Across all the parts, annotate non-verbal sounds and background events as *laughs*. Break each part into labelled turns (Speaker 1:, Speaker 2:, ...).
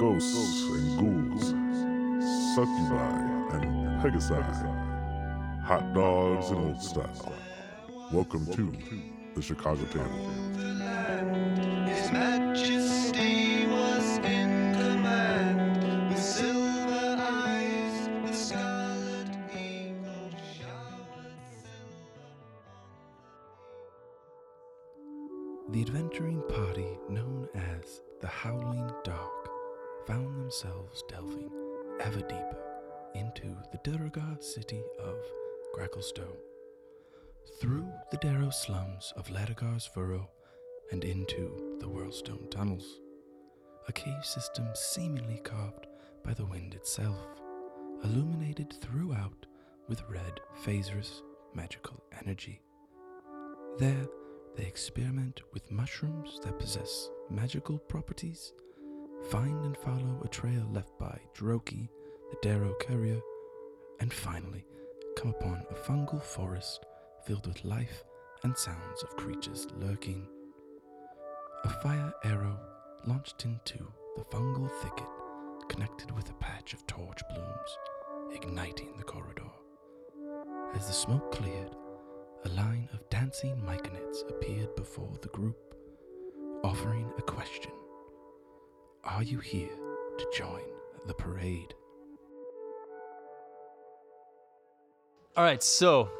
Speaker 1: ghosts and ghouls, succubi and pegasi, hot dogs and old style. Welcome to the Chicago Table.
Speaker 2: His Majesty was in command with silver eyes, the scarlet eagle showered silver.
Speaker 3: The adventuring party known as the Howling Dark found themselves delving ever deeper into the Durgard city of Gracklestow, through the Darrow slums of Ladagar's Furrow, and into the Whirlstone Tunnels, a cave system seemingly carved by the wind itself, illuminated throughout with red phasers magical energy. There, they experiment with mushrooms that possess magical properties, find and follow a trail left by Droki, the Darrow courier, and finally come upon a fungal forest filled with life and sounds of creatures lurking. A fire arrow launched into the fungal thicket connected with a patch of torch blooms, igniting the corridor. As the smoke cleared, a line of dancing myconids appeared before the group, offering a question Are you here to join the parade?
Speaker 4: All right, so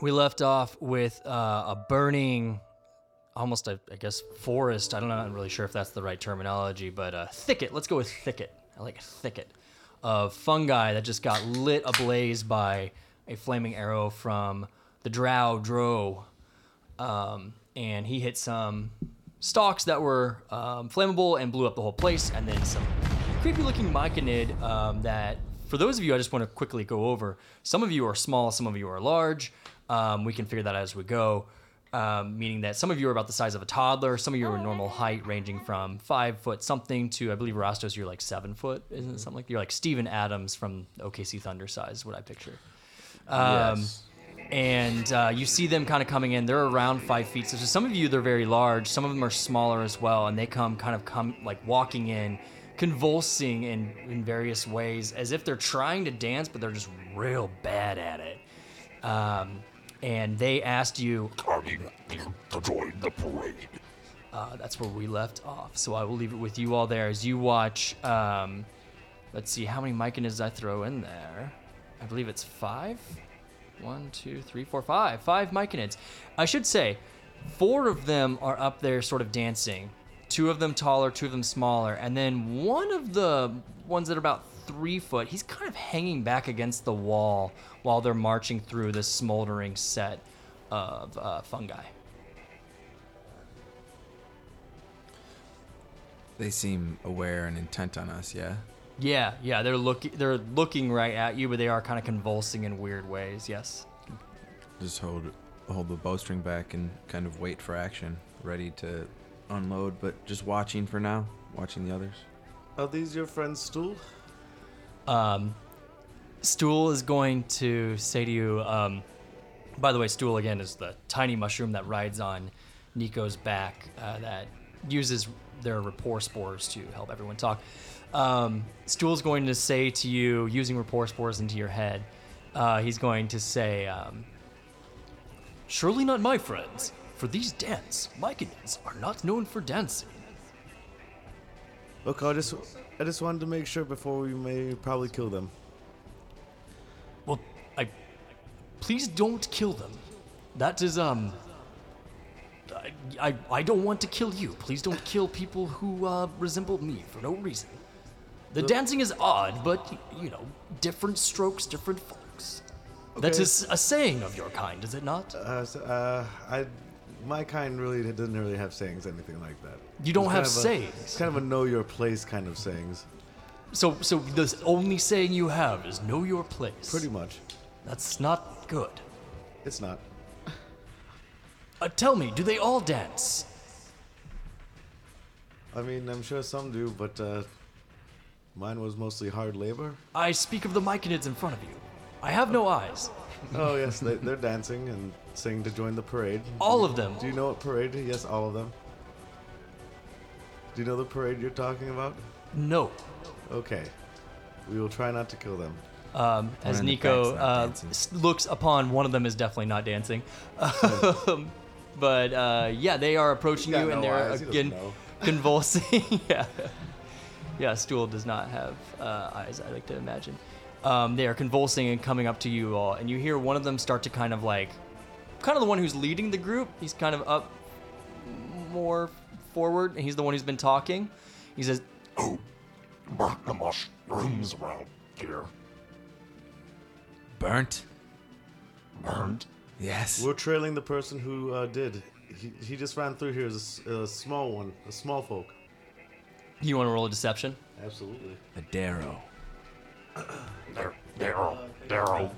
Speaker 4: we left off with uh, a burning, almost a, I guess forest. I don't know. I'm not really sure if that's the right terminology, but uh, thicket. Let's go with thicket. I like thicket of fungi that just got lit ablaze by a flaming arrow from the Drow Dro, um, and he hit some stalks that were um, flammable and blew up the whole place, and then some creepy looking myconid um, that, for those of you, I just want to quickly go over. Some of you are small, some of you are large. Um, we can figure that out as we go. Um, meaning that some of you are about the size of a toddler, some of you are normal height, ranging from five foot something to I believe Rostos, you're like seven foot, isn't it something like you're like Steven Adams from OKC Thunder size, is what I picture. Um, And uh, you see them kind of coming in. They're around five feet. So, to some of you, they're very large. Some of them are smaller as well. And they come kind of come like walking in, convulsing in, in various ways as if they're trying to dance, but they're just real bad at it. Um, and they asked you,
Speaker 1: to join the parade.
Speaker 4: uh, that's where we left off. So I will leave it with you all there as you watch. Um, let's see how many myconids I throw in there. I believe it's five. One, two, three, four, five. Five myconids. I should say, four of them are up there, sort of dancing. Two of them taller, two of them smaller, and then one of the ones that are about three foot. He's kind of hanging back against the wall while they're marching through this smoldering set of uh, fungi.
Speaker 5: They seem aware and intent on us, yeah?
Speaker 4: Yeah, yeah, they're looking they're looking right at you, but they are kind of convulsing in weird ways. Yes.
Speaker 5: Just hold hold the bowstring back and kind of wait for action, ready to unload, but just watching for now, watching the others.
Speaker 6: Are these your friends too?
Speaker 4: um, Stool is going to say to you, um, by the way, Stool again is the tiny mushroom that rides on Nico's back uh, that uses their rapport spores to help everyone talk. Um, Stool's going to say to you, using rapport spores into your head, uh, he's going to say, um, Surely not my friends, for these dance, Myconids are not known for dancing.
Speaker 6: Look, I just I just wanted to make sure before we may probably kill them.
Speaker 4: Well, I. Please don't kill them. That is, um. I, I, I don't want to kill you. Please don't kill people who uh, resemble me for no reason. The dancing is odd, but, you know, different strokes, different folks. That
Speaker 6: Okay.
Speaker 4: is a saying of your kind, is it not?
Speaker 6: Uh, so, uh, I my kind really doesn't really have sayings anything like that.
Speaker 4: You don't
Speaker 6: It's
Speaker 4: have
Speaker 6: kind of a-
Speaker 4: sayings.
Speaker 6: It's kind of a know your place kind of sayings,
Speaker 4: so, so the only saying you have is know your place.
Speaker 6: pretty much.
Speaker 4: That's not good.
Speaker 6: It's not.
Speaker 4: Uh, tell me, do they all dance?
Speaker 6: I mean, I'm sure some do, but uh, mine was mostly hard labor.
Speaker 4: I speak of the Myconids in front of you. I have no eyes.
Speaker 6: *laughs* Oh yes, they, they're dancing and singing to join the parade.
Speaker 4: All of them.
Speaker 6: Do you know what parade? Yes, all of them. Do you know the parade you're talking about?
Speaker 4: No.
Speaker 6: Okay. We will try not to kill them.
Speaker 4: Um, as
Speaker 5: in the
Speaker 4: Nico
Speaker 5: back's not
Speaker 4: uh,
Speaker 5: dancing.
Speaker 4: s- looks upon one of them is definitely not dancing.
Speaker 5: Hmm.
Speaker 4: Um, but uh, yeah, they are approaching
Speaker 6: He's got
Speaker 4: you
Speaker 6: no
Speaker 4: and they're uh,
Speaker 6: eyes, he doesn't
Speaker 4: again
Speaker 6: know.
Speaker 4: *laughs* convulsing. *laughs* yeah. Yeah, Stool does not have uh, eyes, I like to imagine. Um, they are convulsing and coming up to you all, and you hear one of them start to kind of like, kind of the one who's leading the group. He's kind of up more forward, and he's the one who's been talking. He says,
Speaker 1: Oh, burnt the mushrooms around here.
Speaker 5: Burnt?
Speaker 1: Burnt.
Speaker 5: Yes.
Speaker 6: We're trailing the person who uh, did. He, he just ran through here as a, s- a small one, a small folk.
Speaker 4: "You want to roll a deception?"
Speaker 6: Absolutely.
Speaker 5: A darrow.
Speaker 1: Dar- Darrow. Darrow.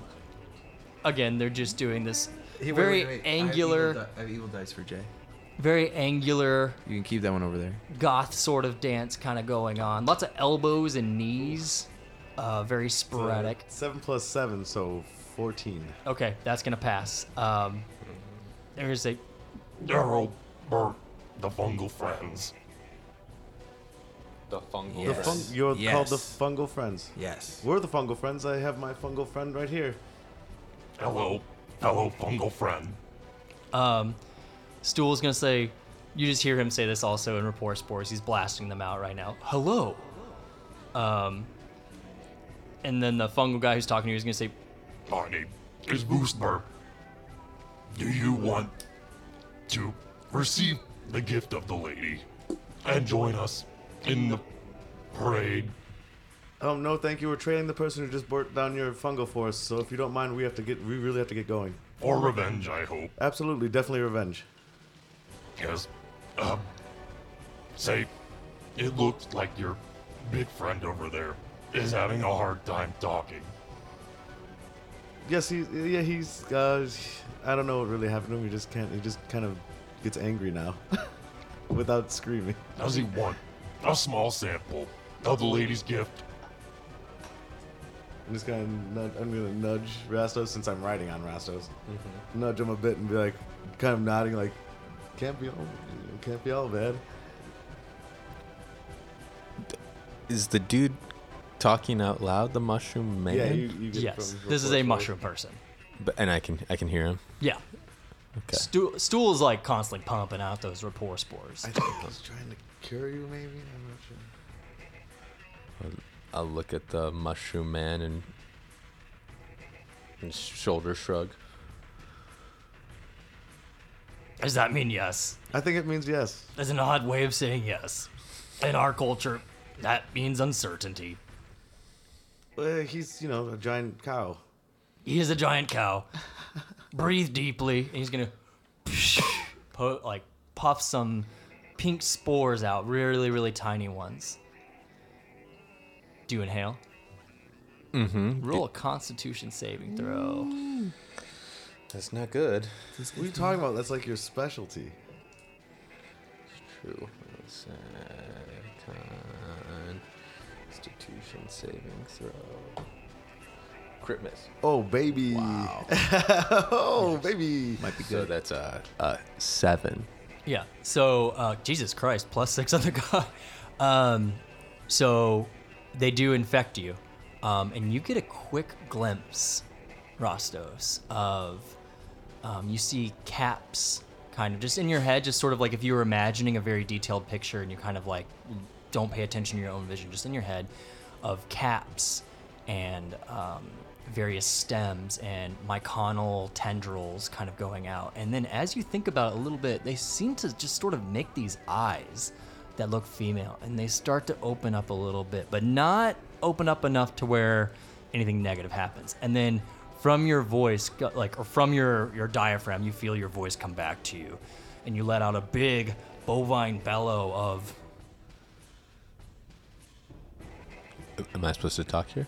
Speaker 4: Again, they're just doing this very angular.
Speaker 5: I have evil dice for Jay.
Speaker 4: very angular
Speaker 5: You can keep that one over there.
Speaker 4: goth sort of dance kind of going on. Lots of elbows and knees. Uh, very sporadic.
Speaker 6: Seven plus seven, so fourteen.
Speaker 4: Okay, that's gonna pass. Um, there's a
Speaker 1: Darrow burnt the fungal friends.
Speaker 7: The fungal.
Speaker 5: Yes.
Speaker 6: The
Speaker 7: friend.
Speaker 6: fun- you're called the
Speaker 5: Yes.
Speaker 6: fungal friends.
Speaker 5: Yes.
Speaker 6: We're the fungal friends. I have my fungal friend right here.
Speaker 1: Hello, fellow fungal friend.
Speaker 4: stool's Um, gonna say. You just hear him say this also in report spores. He's blasting them out right now. Hello. Um, and then the fungal guy who's talking to you is gonna say,
Speaker 1: My name is Booster. Do you want to receive the gift of the lady and join us in the parade?
Speaker 6: Oh no, thank you. We're trailing the person who just burnt down your fungal forest. So if you don't mind, we have to get. We really have to get going.
Speaker 1: For revenge, I hope.
Speaker 6: Absolutely, definitely revenge.
Speaker 1: Yes. Um, say, it looks like your big friend over there is having a hard time talking.
Speaker 6: Yes, he's yeah he's. Uh, I don't know what really happened to him. He just can't. He just kind of gets angry now, *laughs* without screaming.
Speaker 1: Does he want a small sample of the lady's gift?
Speaker 6: I'm just gonna. Nudge, I'm gonna nudge Rastos since I'm riding on Rastos.
Speaker 7: Mm-hmm.
Speaker 6: Nudge him a bit and be like, kind of nodding, like, can't be all, can't be all bad.
Speaker 7: Is the dude talking out loud? The mushroom man.
Speaker 6: Yeah, you, you get
Speaker 4: "Yes,
Speaker 6: from-
Speaker 4: this is a mushroom person."
Speaker 7: But, and I can I can hear him.
Speaker 4: Yeah.
Speaker 7: Okay.
Speaker 4: Stool, Stool's like constantly pumping out those rapport spores.
Speaker 6: I think he's trying to cure you, maybe. I'm not sure.
Speaker 7: I'll look at the mushroom man and, and shoulder shrug.
Speaker 4: Does that mean yes?
Speaker 6: I think it means yes.
Speaker 4: That's an odd way of saying yes. In our culture, that means uncertainty.
Speaker 6: Uh, he's, you know, a giant cow.
Speaker 4: He is a giant *laughs* cow. Breathe deeply, and he's gonna *laughs* put like puff some pink spores out, really, really tiny ones. Do you inhale? Mm-hmm. Roll a Constitution saving throw.
Speaker 7: That's not good.
Speaker 6: What are you talking about? That's like your specialty.
Speaker 7: True. Let's, uh, con- Constitution saving throw. Crit miss.
Speaker 6: Oh, baby. *laughs* oh, baby.
Speaker 7: Might be good. So that's a, a seven.
Speaker 4: Yeah. So uh, Jesus Christ, plus six on the *laughs* god. Um, so they do infect you, um, and you get a quick glimpse, Rostos, of um, you see caps kind of just in your head, just sort of like if you were imagining a very detailed picture and you kind of like don't pay attention to your own vision, just in your head, of caps and um, various stems and myconal tendrils kind of going out. And then as you think about it a little bit, they seem to just sort of make these eyes that look female and they start to open up a little bit, but not open up enough to where anything negative happens. And then from your voice, go- like, or from your, your diaphragm, you feel your voice come back to you and you let out a big bovine bellow of,
Speaker 7: Am I supposed to talk here?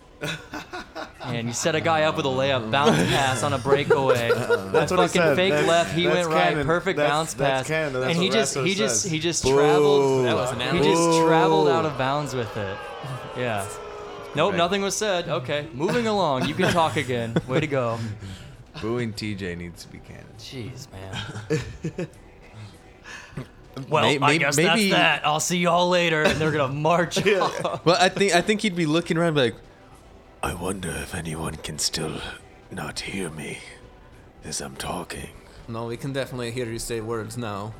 Speaker 4: and you set a guy up with a
Speaker 6: *laughs*
Speaker 4: layup bounce pass on a breakaway. That's
Speaker 6: what I
Speaker 4: fucking
Speaker 6: said.
Speaker 4: fake
Speaker 6: Uh-uh. That's-
Speaker 4: left. He
Speaker 6: that's
Speaker 4: went right.
Speaker 6: canon.
Speaker 4: Perfect
Speaker 6: That's-
Speaker 4: bounce
Speaker 6: that's
Speaker 4: pass.
Speaker 6: canon. That's
Speaker 4: and he
Speaker 6: what
Speaker 4: just
Speaker 6: Rasso
Speaker 4: he just
Speaker 6: says.
Speaker 4: he just traveled.
Speaker 7: That was an
Speaker 4: He
Speaker 7: alley.
Speaker 4: just
Speaker 6: Boo.
Speaker 4: traveled out of bounds with it. Yeah. Nope,
Speaker 5: Right.
Speaker 4: nothing was said. Okay, moving along. You can
Speaker 5: *laughs*
Speaker 4: talk again. Way to go.
Speaker 5: Booing TJ needs to be canon.
Speaker 4: Jeez, man. *laughs* Well,
Speaker 7: May-
Speaker 4: I
Speaker 7: may-
Speaker 4: guess
Speaker 7: maybe-
Speaker 4: that's that. I'll see y'all later. *laughs* And they're gonna march.
Speaker 7: *laughs* Well, I think I think he'd be looking around like, I wonder if anyone can still not hear me as I'm talking.
Speaker 8: No, we can definitely hear you say words now.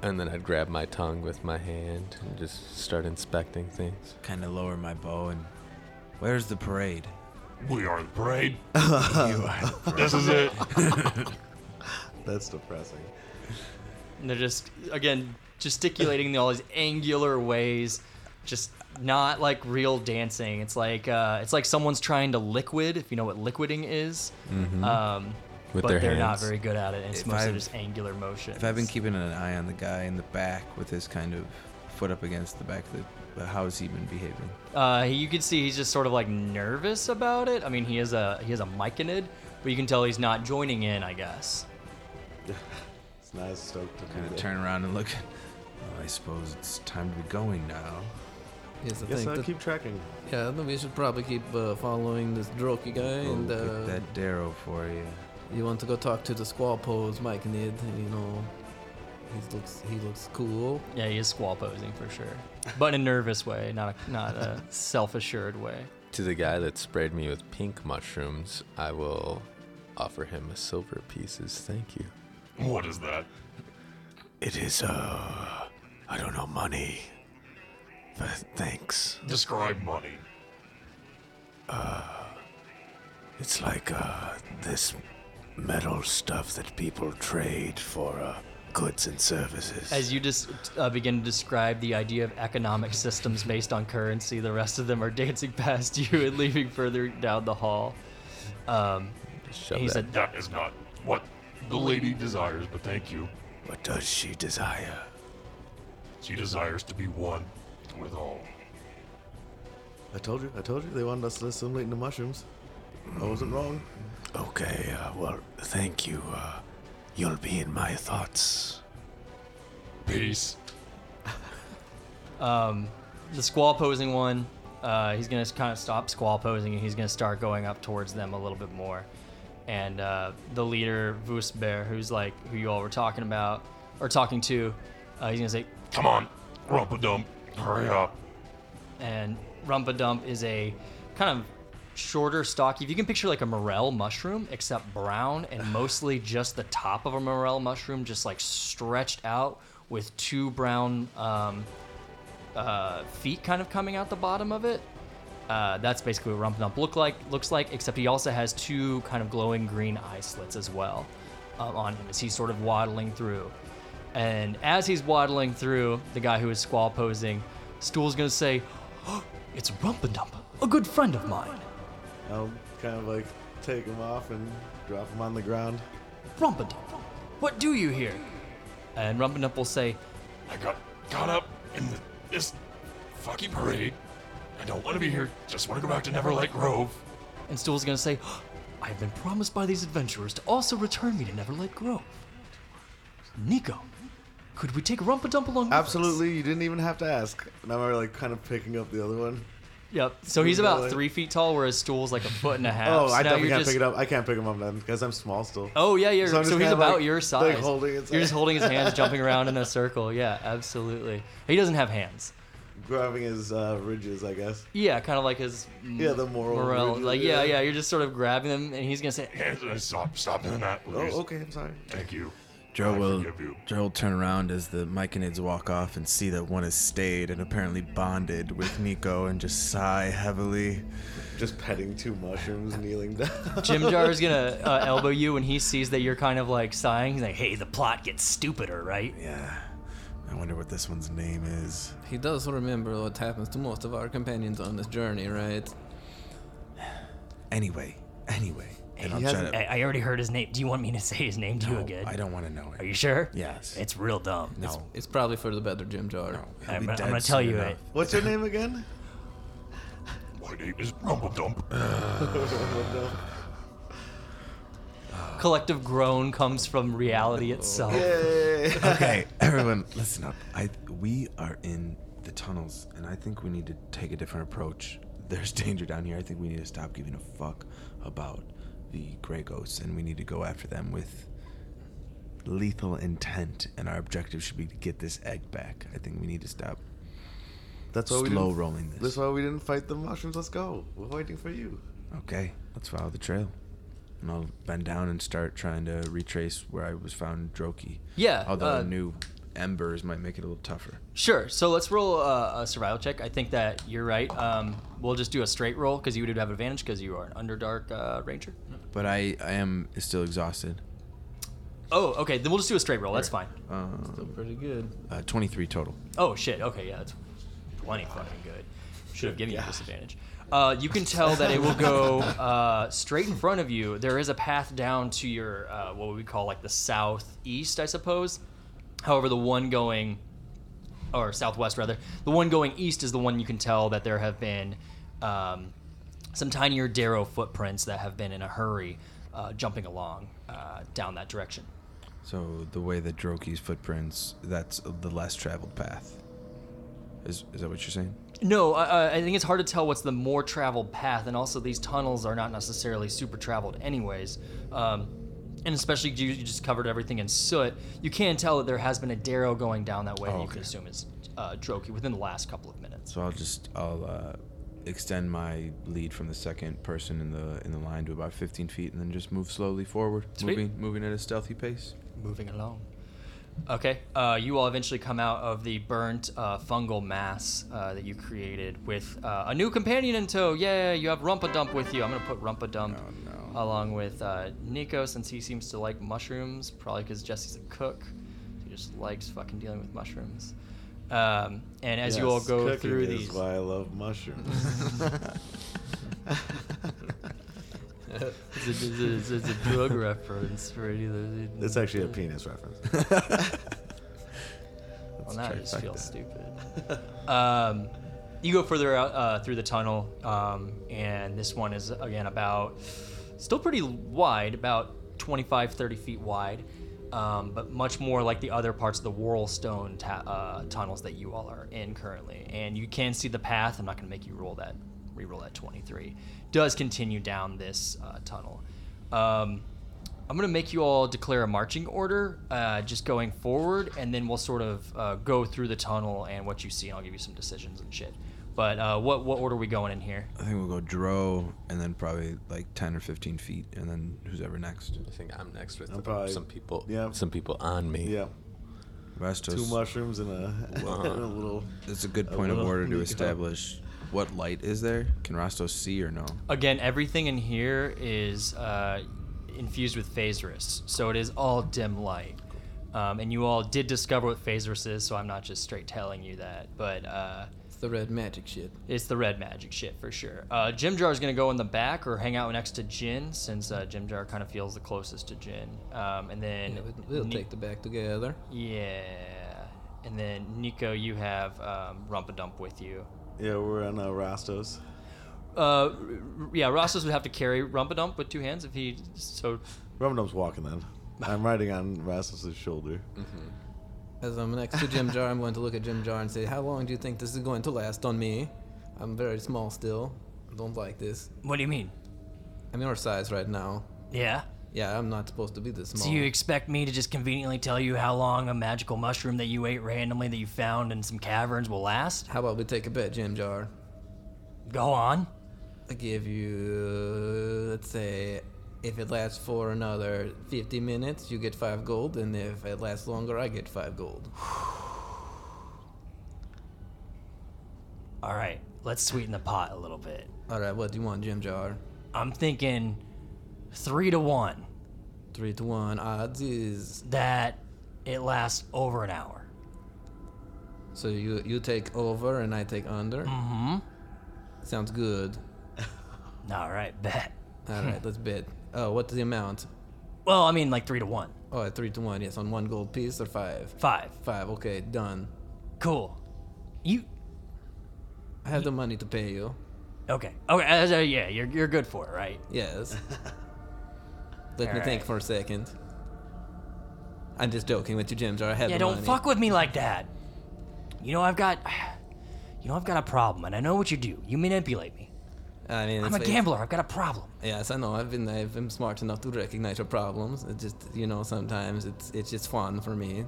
Speaker 7: And then I'd grab my tongue with my hand and just start inspecting things.
Speaker 5: Kind of lower my bow and. Where's the parade?
Speaker 1: We are the
Speaker 6: *laughs*
Speaker 1: parade.
Speaker 5: *laughs*
Speaker 1: this is it.
Speaker 7: uh,
Speaker 6: That's depressing.
Speaker 4: And they're just again gesticulating in all these angular ways, just not like real dancing. It's like uh, it's like someone's trying to liquid, if you know what liquiding is. Um,
Speaker 7: Mm-hmm. With
Speaker 4: but
Speaker 7: their
Speaker 4: they're not
Speaker 7: hands.
Speaker 4: very good at it. And it's
Speaker 5: If
Speaker 4: mostly
Speaker 5: I've-
Speaker 4: just angular motion.
Speaker 5: If I've been keeping an eye on the guy in the back with his kind of foot up against the back of the. How has he been behaving?
Speaker 4: Uh, you can see he's just sort of like nervous about it. I mean, he is a he is a myconid, but you can tell he's not joining in. I guess.
Speaker 6: *laughs* It's not as stoked to
Speaker 5: Kind
Speaker 6: do
Speaker 5: of
Speaker 6: that.
Speaker 5: turn around and look. Well, I suppose it's time to be going now.
Speaker 8: Here's the
Speaker 6: Yes,
Speaker 8: thing.
Speaker 6: I
Speaker 8: that-
Speaker 6: keep tracking.
Speaker 8: yeah, then we should probably keep uh, following this Droki guy.
Speaker 6: Oh,
Speaker 8: and
Speaker 5: Go
Speaker 8: uh,
Speaker 5: get that Darrow for you.
Speaker 8: you want to go talk to the squall pose, Mike Nid. You know, he looks he looks cool.
Speaker 4: Yeah, he is squall posing for sure, but in a nervous way, not a,
Speaker 7: *laughs*
Speaker 4: not a self assured way.
Speaker 7: To the guy that sprayed me with pink mushrooms, I will offer him a silver piece as thank you.
Speaker 1: What is that?
Speaker 7: It is, uh, I don't know, money. But thanks. Uh,
Speaker 1: Describe money.
Speaker 7: It's like, uh, this metal stuff that people trade for, uh, goods and services.
Speaker 4: As you just uh, begin to describe the idea of economic systems based on currency, the rest of them are *laughs* dancing past you and leaving further down the hall. Um,
Speaker 7: Shove
Speaker 4: he
Speaker 7: that
Speaker 4: said,
Speaker 1: That is not what the lady desires, but thank you.
Speaker 7: What does she desire?
Speaker 1: She desires to be one with all.
Speaker 6: I told you. I told you they wanted us to assimilate into mushrooms. I wasn't wrong.
Speaker 7: Okay, uh, well, thank you. Uh, you'll be in my thoughts.
Speaker 1: Peace.
Speaker 4: Um, the squall posing one, uh, he's gonna kind of stop squall posing and he's gonna start going up towards them a little bit more. And uh, the leader Vusbear, who's like who you all were talking about or talking to, uh, he's gonna say,
Speaker 1: Come on, Rumpadump, hurry up.
Speaker 4: and Rumpa Dump is a kind of shorter, stocky. If you can picture like a morel mushroom, except brown and mostly just the top of a morel mushroom, just like stretched out with two brown um, uh, feet kind of coming out the bottom of it. Uh, that's basically what Rumpa Dump look like, looks like, except he also has two kind of glowing green eye slits as well uh, on him as he's sort of waddling through. And as he's waddling through, the guy who is squall posing, Stool's gonna say, "Oh, it's Rumpadump, a good friend of mine.
Speaker 6: I'll kind of like take him off and drop him on the ground.
Speaker 4: Rumpadump, what do you here? And Rumpadump will say,
Speaker 1: I got caught up in th- this fucking parade. I don't want to be here. Just want to go back to Neverlight Grove.
Speaker 4: and Stool's gonna say, I've been promised by these adventurers to also return me to Neverlight Grove. Nico, could we take Rumpadump along with us?"
Speaker 6: Absolutely, you didn't even have to ask. And I'm already like kind of picking up the other one.
Speaker 4: Yep, so he's about
Speaker 6: Really?
Speaker 4: three feet tall, whereas Stool's like a foot and a half.
Speaker 6: Oh,
Speaker 4: So
Speaker 6: I
Speaker 4: now
Speaker 6: definitely
Speaker 4: you're
Speaker 6: can't
Speaker 4: just-
Speaker 6: pick it up. I can't pick him up then because I'm small still.
Speaker 4: Oh yeah, you're
Speaker 6: So
Speaker 4: so,
Speaker 6: I'm just
Speaker 4: he's
Speaker 6: kinda,
Speaker 4: about
Speaker 6: like-
Speaker 4: your
Speaker 6: like,
Speaker 4: size.
Speaker 6: holding his
Speaker 4: you're just
Speaker 6: hand.
Speaker 4: holding his
Speaker 6: *laughs*
Speaker 4: hands, jumping around in a circle. Yeah, absolutely. He doesn't have hands.
Speaker 6: Grabbing his uh, ridges, I guess.
Speaker 4: Yeah, kind of like his m-
Speaker 6: Yeah, the moral
Speaker 4: morale.
Speaker 6: ridges,
Speaker 4: Like yeah,
Speaker 6: yeah.
Speaker 4: yeah, you're just sort of grabbing them, and he's gonna say,
Speaker 1: And uh, stop, stop doing that, please.
Speaker 6: Oh, okay, I'm sorry.
Speaker 1: Thank you.
Speaker 5: Joe
Speaker 1: I
Speaker 5: will,
Speaker 1: forgive you.
Speaker 5: Joe will turn around as the Myconids walk off and see that one has stayed and apparently bonded with Nico and just sigh heavily.
Speaker 6: Just petting two mushrooms, kneeling
Speaker 4: *laughs*
Speaker 6: down.
Speaker 4: Jim Jar is gonna uh, elbow you when he sees that you're kind of like sighing. He's like, "Hey, the plot gets stupider, right?"
Speaker 5: Yeah. I wonder what this one's name is.
Speaker 8: He does remember what happens to most of our companions on this journey, right?
Speaker 5: Anyway, anyway. And I'll shut
Speaker 4: I,
Speaker 5: up.
Speaker 4: I already heard his name. Do you want me to say his name to you
Speaker 5: No,
Speaker 4: again?
Speaker 5: I don't want to know it.
Speaker 4: Are you sure?
Speaker 5: Yes.
Speaker 4: It's real dumb.
Speaker 5: no.
Speaker 8: It's probably for the better, Jim Jar.
Speaker 5: no. He'll
Speaker 4: I'm
Speaker 5: be
Speaker 4: gonna- I'm
Speaker 5: dead
Speaker 4: gonna tell
Speaker 5: soon
Speaker 4: you
Speaker 5: enough.
Speaker 4: it.
Speaker 6: What's your name again?
Speaker 1: My name is Rumpadump.
Speaker 4: Collective groan comes from reality itself.
Speaker 5: *laughs*
Speaker 4: *laughs*
Speaker 5: Okay, everyone, listen up. I we are in the tunnels, and I think we need to take a different approach. There's *laughs* danger down here. I think we need to stop giving a fuck about the gray ghosts, and we need to go after them with lethal intent, and our objective should be to get this egg back. I think we need to stop
Speaker 6: That's why we
Speaker 5: slow
Speaker 6: didn't-
Speaker 5: rolling this.
Speaker 6: That's why we didn't fight the mushrooms. Let's go. We're waiting for you.
Speaker 5: Okay, let's follow the trail. And I'll bend down and start trying to retrace where I was found Droki.
Speaker 4: Yeah,
Speaker 5: Although
Speaker 4: uh,
Speaker 5: new embers might make it a little tougher.
Speaker 4: Sure. So let's roll a, a survival check. I think that you're right. Um, we'll just do a straight roll because you would have advantage because you are an underdark uh, ranger.
Speaker 5: But I, I am still exhausted.
Speaker 4: Oh, okay. Then we'll just do a straight roll. That's fine.
Speaker 8: Still pretty good.
Speaker 5: Uh, 23 total.
Speaker 4: Oh shit. Okay. Yeah, that's plenty fucking good. Should have given you a disadvantage. Uh, you can tell that it will go uh, straight in front of you. There is a path down to your uh, what we call like the southeast, I suppose. However, the one going or southwest rather, the one going east is the one you can tell that there have been um, some tinier Darrow footprints that have been in a hurry uh, jumping along uh, down that direction.
Speaker 5: So the way that Droki's footprints, that's the less traveled path. Is, is that what you're saying?
Speaker 4: No, I, I- I think it's hard to tell what's the more traveled path, and also these tunnels are not necessarily super traveled, anyways. Um, and especially you, you just covered everything in soot. You can tell that there has been a Darrow going down that way. that You
Speaker 5: okay.
Speaker 4: can assume is uh, Droki within the last couple of minutes.
Speaker 5: So I'll just I'll uh, extend my lead from the second person in the in the line to about 15 feet, and then just move slowly forward,
Speaker 4: Sweet.
Speaker 5: moving moving at a stealthy pace.
Speaker 4: Moving along. Okay, uh, you all eventually come out of the burnt uh, fungal mass uh, that you created with uh, a new companion in tow. Yeah, you have Rumpa Dump with you. I'm gonna put Rumpa Dump
Speaker 6: Oh,
Speaker 4: along with uh, Nico since he seems to like mushrooms, probably because Jesse's a cook. He just likes fucking dealing with mushrooms. Um, and as you all
Speaker 6: Yes,
Speaker 4: go
Speaker 6: cooking
Speaker 4: through
Speaker 6: is
Speaker 4: these,
Speaker 6: why I love mushrooms. *laughs*
Speaker 4: it's, a, it's, a, it's a- it's a drug reference for any of those.
Speaker 6: it's actually a penis reference. *laughs*
Speaker 4: Well, now I
Speaker 5: try
Speaker 4: just
Speaker 5: to
Speaker 4: feel
Speaker 5: fight
Speaker 4: stupid. um, you go further out uh, through the tunnel, um, and this one is again about still pretty wide, about 25, 30 feet wide, um, but much more like the other parts of the Whirlstone ta- uh, tunnels that you all are in currently. And you can see the path. I'm not going to make you roll that, re-roll that 23. Does continue down this uh, tunnel. Um, I'm gonna make you all declare a marching order, uh, just going forward, and then we'll sort of uh, go through the tunnel and what you see. And I'll give you some decisions and shit. But uh, what what order are we going in here?
Speaker 5: I think we'll go Dro, and then probably like 10 or 15 feet, and then who's ever next.
Speaker 7: I think I'm next with
Speaker 6: I'm probably-
Speaker 7: some people.
Speaker 6: yeah.
Speaker 7: Some people on me.
Speaker 6: yeah,
Speaker 5: Rastos.
Speaker 6: two mushrooms and a, *laughs* and a little.
Speaker 5: It's a good point of
Speaker 6: little
Speaker 5: order to
Speaker 6: Nico.
Speaker 5: establish what light is there. Can Rastos see or no?
Speaker 4: Again, everything in here is uh, infused with phaserus, so it is all dim light. Um, and you all did discover what phaserus is, so I'm not just straight telling you that. But uh,
Speaker 8: It's the red magic shit.
Speaker 4: It's the red magic shit for sure. Uh, Jim Jar is gonna go in the back or hang out next to Jin, since uh, Jim Jar kind of feels the closest to Jin. Um, and then
Speaker 8: Yeah, we, we'll take the back together.
Speaker 4: yeah, and then Nico, you have um, Rumpadump with you.
Speaker 6: Yeah, we're on uh, Rastos.
Speaker 4: Uh, r- r- yeah, Rostos would have to carry Rumpadump with two hands if he so.
Speaker 6: Rumdum's walking then.
Speaker 4: *laughs*
Speaker 6: I'm riding on Rastos' shoulder.
Speaker 4: Mm-hmm.
Speaker 8: As I'm next to Jim Jar, I'm going to look at Jim Jar and say, How long do you think this is going to last on me? I'm very small still. I don't like this.
Speaker 4: What do you mean?
Speaker 8: I'm your size right now.
Speaker 4: Yeah.
Speaker 8: Yeah, I'm not supposed to be this small.
Speaker 4: So you expect me to just conveniently tell you how long a magical mushroom that you ate randomly that you found in some caverns will last?
Speaker 8: How about we take a bet, Jim Jar?
Speaker 4: Go on.
Speaker 8: I give you, let's say, if it lasts for another 50 minutes, you get 5 gold, and if it lasts longer, I get 5 gold.
Speaker 4: *sighs* All right, let's sweeten the pot a little bit.
Speaker 8: Alright, what do you want, Jim Jar?
Speaker 4: I'm thinking three to one
Speaker 8: 3 to 1 odds is.
Speaker 4: that it lasts over an hour.
Speaker 8: So you, you take over and I take under? Mm hmm. Sounds good.
Speaker 4: Mm-hmm. *laughs* All right, bet.
Speaker 8: Alright,
Speaker 4: *laughs*
Speaker 8: let's bet. Oh, what's the amount?
Speaker 4: Well, I mean, like three to one.
Speaker 8: Oh, at 3 to 1, yes, on 1 gold piece or 5?
Speaker 4: Five.
Speaker 8: 5, okay, done.
Speaker 4: Cool. You.
Speaker 8: I have the money to pay you.
Speaker 4: Okay. Okay. uh, uh, yeah, you're, you're good for it, right? *laughs*
Speaker 8: Yes. Let me
Speaker 4: All
Speaker 8: think
Speaker 4: right.
Speaker 8: for a second. I'm just joking with you, Jim Jar. I have
Speaker 4: Yeah,
Speaker 8: the
Speaker 4: don't
Speaker 8: money.
Speaker 4: fuck with me like that. You know, I've got. You know, I've got a problem, and I know what you do. You manipulate me.
Speaker 8: I mean,
Speaker 4: I'm
Speaker 8: it's
Speaker 4: a
Speaker 8: like-
Speaker 4: gambler. I've got a problem.
Speaker 8: Yes, I know. I've been. I've been smart enough to recognize your problems. It just, you know, sometimes it's it's just fun for me.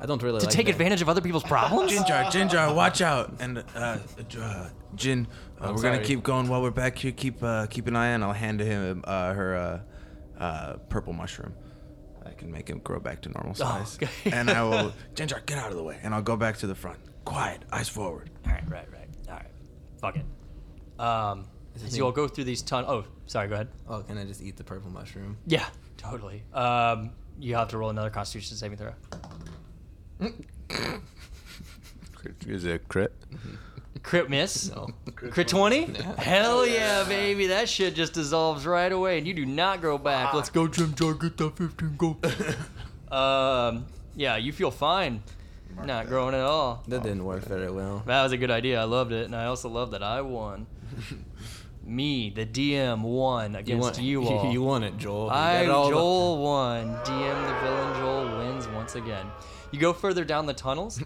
Speaker 8: I don't really
Speaker 4: To
Speaker 8: like
Speaker 4: take
Speaker 8: that.
Speaker 4: advantage of other people's problems?
Speaker 5: Ginger, Ginger, watch out! And uh, uh Jin, uh,
Speaker 8: I'm
Speaker 5: we're
Speaker 8: sorry.
Speaker 5: gonna keep going while we're back here. Keep uh, keep an eye on. I'll hand him uh, her uh, uh, purple mushroom. I can make him grow back to normal
Speaker 7: Oh,
Speaker 5: size.
Speaker 4: okay.
Speaker 5: and I
Speaker 7: *laughs*
Speaker 5: will, Ginger, get out of the way, and I'll go back to the front. Quiet, eyes forward.
Speaker 4: All right, right, right. All right. Fuck it. Um, so you all go through these ton. Oh, sorry. Go ahead.
Speaker 8: Oh, can I just eat the purple mushroom?
Speaker 4: Yeah, totally. Um, you have to roll another Constitution saving throw.
Speaker 5: Is it a crit?
Speaker 8: *laughs*
Speaker 4: Crit miss. Crit twenty. Hell yeah, baby! That shit just dissolves right away, and you do not grow back. Let's go, Jim. Jar, Get that fifteen. Go. um, yeah, you feel fine. Not growing at all.
Speaker 8: That didn't work very well.
Speaker 4: That was a good idea. I loved it, and I also love that
Speaker 8: *laughs*
Speaker 4: I won. Me, the DM, won against you, all.
Speaker 8: *laughs* You won it, Joel. You
Speaker 4: I
Speaker 8: got all the-
Speaker 4: Joel one. DM the villain Joel wins once again. You go further down
Speaker 8: *laughs*
Speaker 4: the tunnels.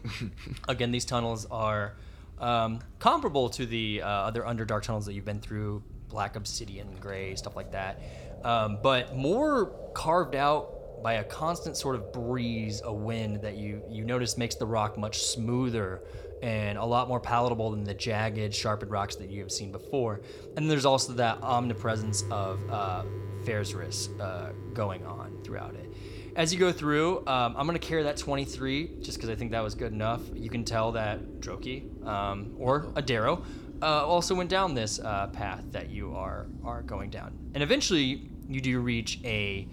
Speaker 4: again, these tunnels are um, comparable to the uh, other Underdark tunnels that you've been through, Black Obsidian, Gray, stuff like that, um, but more carved out by a constant sort of breeze, a wind that you you notice makes the rock much smoother and a lot more palatable than the jagged, sharpened rocks that you have seen before. And there's also that omnipresence of uh, Ferzris, uh going on throughout it. As you go through, um, I'm gonna carry that 23 just because I think that was good enough. You can tell that Droki um, or Adaro uh, also went down this uh, path that you are are going down, and eventually you do reach a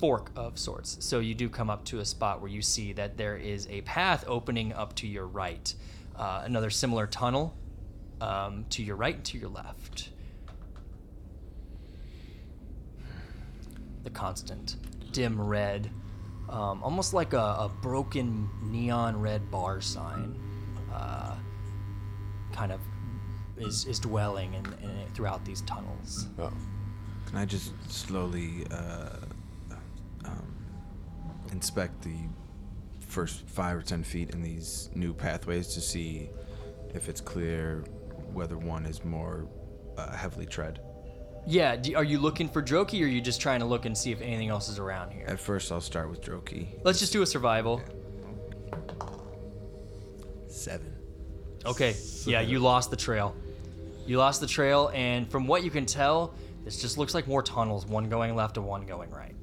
Speaker 4: fork of sorts. So you do come up to a spot where you see that there is a path opening up to your right, uh, another similar tunnel um, to your right and to your left. The constant dim red, um, almost like a, a broken neon red bar sign, uh, kind of is, is dwelling in, in, throughout these tunnels.
Speaker 5: Can I just slowly uh, um, inspect the first five or ten feet in these new pathways to see if it's clear whether one is more uh, heavily tread?
Speaker 4: Yeah, do, are you looking for Droki or are you just trying to look and see if anything else is around here?
Speaker 5: At first, I'll start with Droki.
Speaker 4: Let's just do a survival.
Speaker 5: Seven.
Speaker 4: Okay. Yeah, you lost the trail. You lost the trail, and from what you can tell, this just looks like more tunnels, one going left and one going right.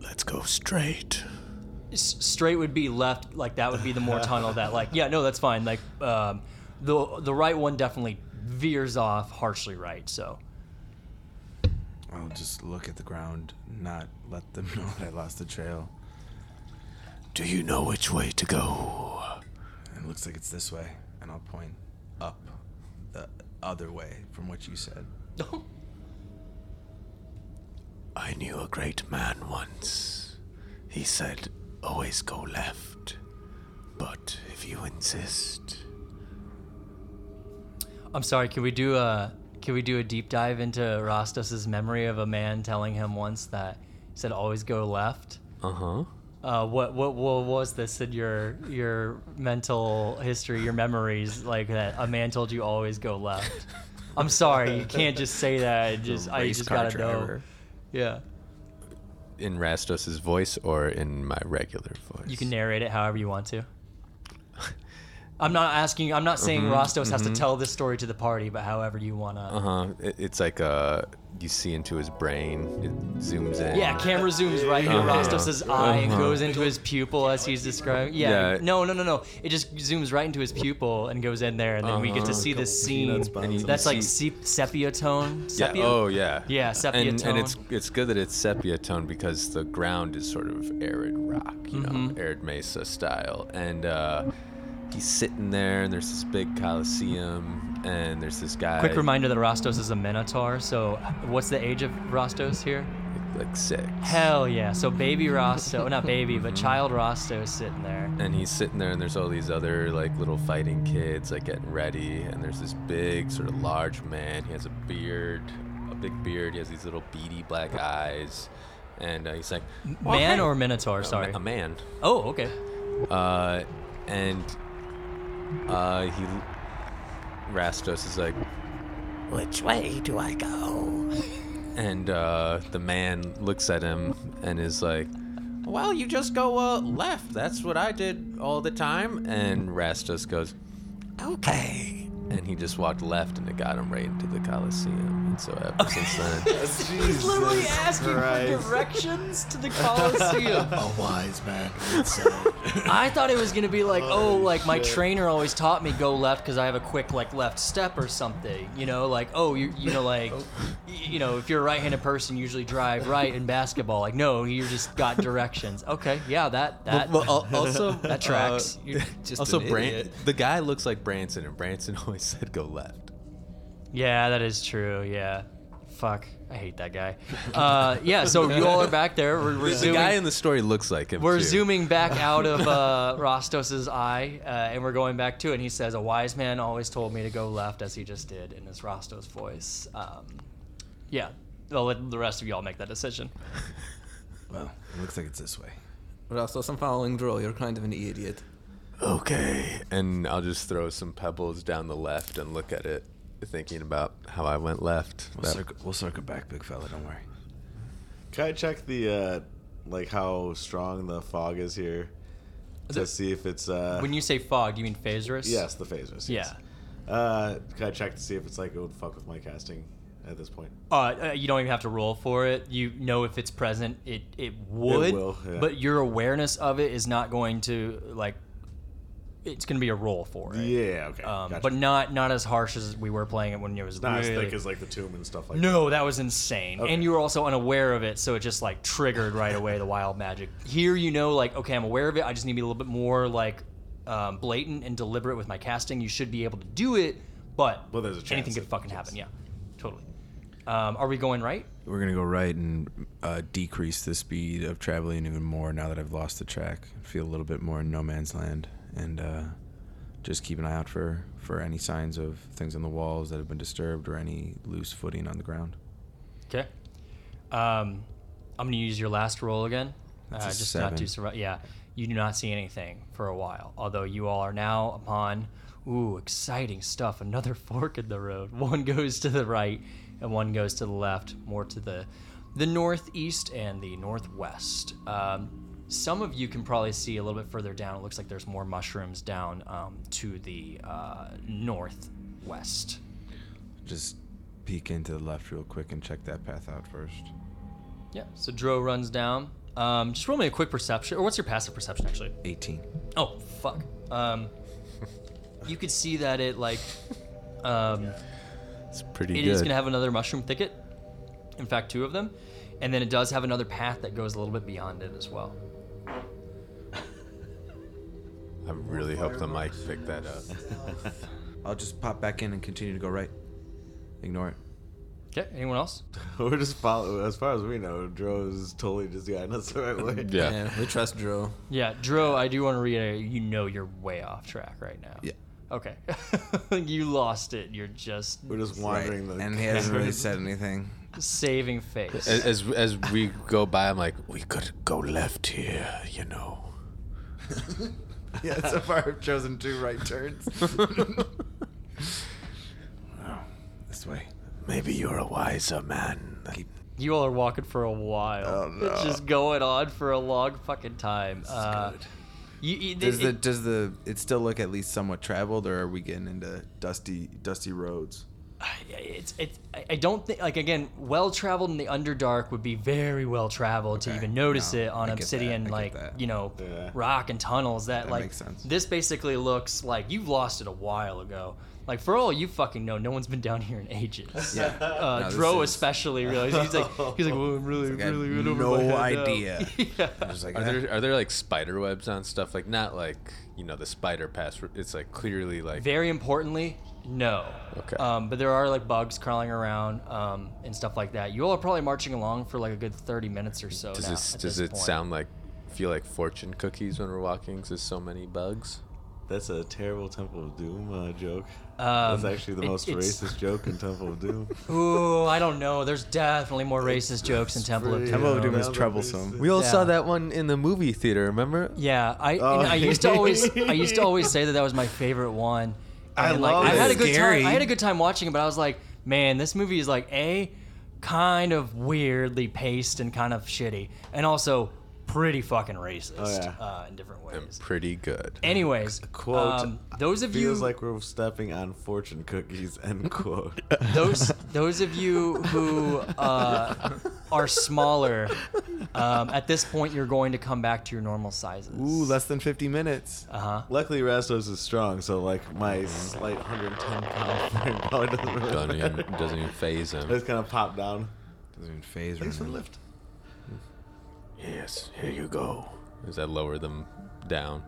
Speaker 7: Let's go straight.
Speaker 4: S- straight would be left, like that would be the more tunnel that, like, yeah, no, that's fine. Like, um, the the right one definitely veers off harshly right. So,
Speaker 5: I'll just look at the ground, not let them *laughs* know that I lost the trail.
Speaker 7: Do you know which way to go?
Speaker 5: And it looks like it's this way, and I'll point up the other way from what you said.
Speaker 7: I knew a great man once. He said, always go left. But if you insist,
Speaker 4: I'm sorry. Can we do a can we do a deep dive into Rostos's memory of a man telling him once that he said always go left?
Speaker 7: uh huh.
Speaker 4: Uh, what, what what was this in your your mental history, your memories like that? A man told you always go left. I'm sorry, you can't just say that. I just I
Speaker 5: race
Speaker 4: just
Speaker 5: car
Speaker 4: gotta know.
Speaker 5: driver.
Speaker 4: Yeah,
Speaker 7: In Rastos's voice or in my regular voice?
Speaker 4: you can narrate it however you want to. I'm not asking. I'm not saying Rostos has to tell this story to the party, but however you wanna.
Speaker 7: Uh huh. It's like uh, you see into his brain. It zooms in.
Speaker 4: Yeah, camera zooms right into
Speaker 7: Uh-huh.
Speaker 4: Rostos' eye and goes into his pupil as he's describing. Yeah,
Speaker 7: Yeah.
Speaker 4: no, no, no, no. It just zooms right into his pupil and goes in there, and then we get
Speaker 7: Uh-huh.
Speaker 4: to see this scene that's like sep- sepia tone.
Speaker 7: Yeah.
Speaker 4: Sepia?
Speaker 7: Oh yeah.
Speaker 4: Yeah, sepia
Speaker 7: and,
Speaker 4: tone.
Speaker 7: And it's it's good that it's sepia tone because the ground is sort of arid rock, you
Speaker 4: Mm-hmm.
Speaker 7: know, arid mesa style. And uh, he's sitting there, and there's this big coliseum, and there's this guy.
Speaker 4: Quick reminder that Rostos is a Minotaur. So, what's the age of Rostos here?
Speaker 7: like- Like six.
Speaker 4: Hell yeah! So baby Rostos, not baby, but child Rostos sitting there.
Speaker 7: and he's sitting there and there's all these other like little fighting kids like getting ready and there's this big sort of large man he has a beard a big beard he has these little beady black eyes and uh, he's like
Speaker 4: Man or Minotaur?
Speaker 7: a,
Speaker 4: Sorry.
Speaker 7: a man
Speaker 4: Oh, okay.
Speaker 7: uh, and uh, he Rastos is like Which way do I go? And uh, the man looks at him and is like, Well, you just go uh, left. That's what I did all the time.
Speaker 4: Mm-hmm.
Speaker 7: And Rast just goes, Okay. And he just walked left and it got him right into the Coliseum. And so ever since
Speaker 4: *laughs*
Speaker 7: then,
Speaker 6: Jesus
Speaker 4: Literally asking
Speaker 6: Christ.
Speaker 4: for directions to the
Speaker 6: *laughs*
Speaker 4: Coliseum.
Speaker 7: *laughs*
Speaker 9: A wise man would say.
Speaker 4: I thought it was gonna be like, oh, like my trainer always taught me go left because I have a quick like left step or something. You know, like oh, you you know like, y- you know, if you're a right-handed person, you usually drive right in basketball. Like no, you just got directions. Okay, yeah, that that *laughs*
Speaker 7: also uh,
Speaker 4: that tracks.
Speaker 7: *laughs*
Speaker 4: You're just
Speaker 7: also,
Speaker 4: an
Speaker 7: Bran-
Speaker 4: idiot.
Speaker 7: the guy looks like Branson, and Branson *laughs* always said go left.
Speaker 4: Yeah, that is true. Yeah, fuck, I hate that guy. Uh, yeah, so you all are back there. We're, we're
Speaker 7: The
Speaker 4: zooming.
Speaker 7: guy in the story looks like him.
Speaker 4: We're
Speaker 7: too. *laughs*
Speaker 4: zooming back out of uh, Rostos's eye, uh, and we're going back to it. And he says, "A wise man always told me to go left, as he just did." In this Rostos voice, um, yeah. I'll let the rest of y'all make that decision.
Speaker 5: Well, it looks like it's this way.
Speaker 8: But also, some following Droll, you're kind of an idiot.
Speaker 7: Okay. And I'll just throw some pebbles down the left and look at it, thinking about how I went left.
Speaker 5: We'll,
Speaker 7: That-
Speaker 5: circle, we'll circle back, big fella. Don't worry.
Speaker 6: Can I check the uh, like how strong the fog is here to
Speaker 4: it-
Speaker 6: see if it's uh
Speaker 4: When you say fog, do you mean phaserus?
Speaker 6: yes the phasers.
Speaker 4: Yeah.
Speaker 6: yes. Uh, can I check to see if it's like it would fuck with my casting at this point?
Speaker 4: Uh, uh, you don't even have to roll for it. You know if it's present, it it would.
Speaker 6: will, yeah.
Speaker 4: But your awareness of it is not going to like. It's going to be a roll for it.
Speaker 6: Yeah. Okay.
Speaker 4: Um,
Speaker 6: gotcha.
Speaker 4: But not not as harsh as we were playing it when it was
Speaker 6: not as
Speaker 4: really-
Speaker 6: thick as like the tomb and stuff like that.
Speaker 4: No, that was insane. And you were also unaware of it, so it just like triggered right away the wild magic. Here, you know, like, okay, I'm aware of it. I just need to be a little bit more like um, blatant and deliberate with my casting. You should be able to do it, but
Speaker 6: Well, there's a chance
Speaker 4: anything could
Speaker 6: that-
Speaker 4: fucking happen. Yeah, totally. Um, are we going right?
Speaker 5: We're gonna go right and uh, decrease the speed of traveling even more now that I've lost the track. Feel a little bit more in no man's land, and uh, just keep an eye out for for any signs of things on the walls that have been disturbed or any loose footing on the ground.
Speaker 4: Okay. Um, I'm gonna use your last roll again.
Speaker 5: That's
Speaker 4: uh,
Speaker 5: a
Speaker 4: just not
Speaker 5: seven.
Speaker 4: to survive. Yeah, you do not see anything for a while. Although you all are now upon, ooh, exciting stuff. Another *laughs* fork in the road. One goes to the right, and one goes to the left, more to the, the northeast and the northwest. Um, some of you can probably see a little bit further down. It looks like there's more mushrooms down um, to the uh, northwest.
Speaker 5: Just peek into the left real quick and check that path out first.
Speaker 4: Yeah. So Dro runs down. Um, just roll me a quick perception, or what's your passive perception actually?
Speaker 5: 18.
Speaker 4: Oh fuck. Um, you could see that it like, um,
Speaker 7: It's pretty
Speaker 4: it
Speaker 7: good.
Speaker 4: is gonna have another mushroom thicket. In fact, two of them, and then it does have another path that goes a little bit beyond it as well.
Speaker 7: I really hope the mic picked that up.
Speaker 5: I'll just pop back in and continue to go right. Ignore it.
Speaker 4: Okay. Anyone else?
Speaker 6: *laughs* We're just follow. As far as we know, Dro's totally just guiding us the right way.
Speaker 7: Yeah.
Speaker 8: we trust Droll.
Speaker 4: Yeah, Dro. I do want to reiterate. You know you're way off track right now.
Speaker 5: Yeah.
Speaker 4: Okay. *laughs* you lost it. You're just
Speaker 6: We're just wandering the.
Speaker 5: And he
Speaker 6: *laughs*
Speaker 5: hasn't
Speaker 4: *laughs*
Speaker 5: really said anything.
Speaker 4: saving face.
Speaker 7: As, as as we go by, I'm like, we could go left here, you know.
Speaker 6: *laughs* yeah, so far I've chosen two right
Speaker 5: *laughs*
Speaker 6: turns.
Speaker 5: This way.
Speaker 7: Maybe you're a wiser man.
Speaker 4: You all are walking for a while.
Speaker 5: Oh,
Speaker 4: It's just going on for a long fucking time. uh, You, you,
Speaker 5: Does
Speaker 4: it-
Speaker 5: the does the it still look at least somewhat traveled, or are we getting into dusty dusty roads?
Speaker 4: it's it's I- I don't think like again well traveled in the underdark would be very well traveled to
Speaker 5: Okay,
Speaker 4: even notice
Speaker 5: no,
Speaker 4: it on
Speaker 5: I get that, I
Speaker 4: obsidian
Speaker 5: get
Speaker 4: like
Speaker 5: that.
Speaker 4: you know
Speaker 6: Yeah.
Speaker 4: rock and tunnels that, like
Speaker 5: makes sense.
Speaker 4: this basically looks like you've lost it a while ago like for all you fucking know no one's been down here in ages
Speaker 5: *laughs* Yeah.
Speaker 4: uh,
Speaker 5: No, this
Speaker 4: Dro
Speaker 5: is-
Speaker 4: especially realized he's like
Speaker 5: *laughs*
Speaker 4: he's like well, I'm really
Speaker 5: Like, I have
Speaker 4: really good over my
Speaker 5: no
Speaker 4: head now."
Speaker 6: *laughs*
Speaker 5: idea.
Speaker 4: *laughs* yeah.
Speaker 5: I was like,
Speaker 7: Are
Speaker 5: eh.
Speaker 7: there are there like spider webs on stuff? Like not like you know the spider pass. It's like clearly like
Speaker 4: Very importantly, no.
Speaker 7: Okay.
Speaker 4: Um, but there are like bugs crawling around um, and stuff like that. You all are probably marching along for like a good thirty minutes or so.
Speaker 7: does
Speaker 4: now
Speaker 7: this
Speaker 4: at
Speaker 7: does
Speaker 4: this
Speaker 7: it
Speaker 4: point.
Speaker 7: sound like feel like fortune cookies when we're walking? 'cause there's so many bugs.
Speaker 6: That's a terrible Temple of Doom uh, joke.
Speaker 4: Um,
Speaker 6: That's actually the
Speaker 4: it-
Speaker 6: most
Speaker 4: it's-
Speaker 6: racist joke in Temple of
Speaker 4: *laughs*
Speaker 6: Doom.
Speaker 4: Ooh, I don't know. There's definitely more racist jokes in Temple of Doom.
Speaker 5: Temple of Doom is
Speaker 6: Yeah.
Speaker 5: troublesome.
Speaker 7: We all
Speaker 4: Yeah.
Speaker 7: saw that one in the movie theater. Remember?
Speaker 4: Yeah, I and
Speaker 6: Oh.
Speaker 4: I used to always
Speaker 7: *laughs*
Speaker 4: I used to always say that that was my favorite one.
Speaker 6: I
Speaker 4: And,
Speaker 6: love
Speaker 4: I
Speaker 6: it.
Speaker 4: had a good
Speaker 5: Scary.
Speaker 4: time. I had a good time watching it, but I was like, man, this movie is like a kind of weirdly paced and kind of shitty, and also pretty fucking racist
Speaker 6: Oh,
Speaker 7: Oh,
Speaker 6: yeah.
Speaker 4: uh, in different ways.
Speaker 7: Pretty good.
Speaker 4: Anyways,
Speaker 6: quote,
Speaker 4: um, those of you
Speaker 6: Feels like we're stepping on fortune cookies. *laughs* End quote.
Speaker 4: *laughs*
Speaker 6: *laughs*
Speaker 4: those those of you who uh, are smaller, um, at this point you're going to come back to your normal sizes.
Speaker 5: Ooh, less than 50 minutes.
Speaker 4: Uh-huh.
Speaker 6: Luckily, Rastos is strong, so like my slight 110 pound *laughs* frame probably doesn't really.
Speaker 7: Doesn't even, doesn't even phase
Speaker 6: I
Speaker 7: him.
Speaker 6: just kind of pop down.
Speaker 5: Doesn't even phase or
Speaker 6: Thanks for the
Speaker 5: anything.
Speaker 6: lift.
Speaker 7: Yes, here you
Speaker 4: *laughs*
Speaker 7: go. Does that lower them down?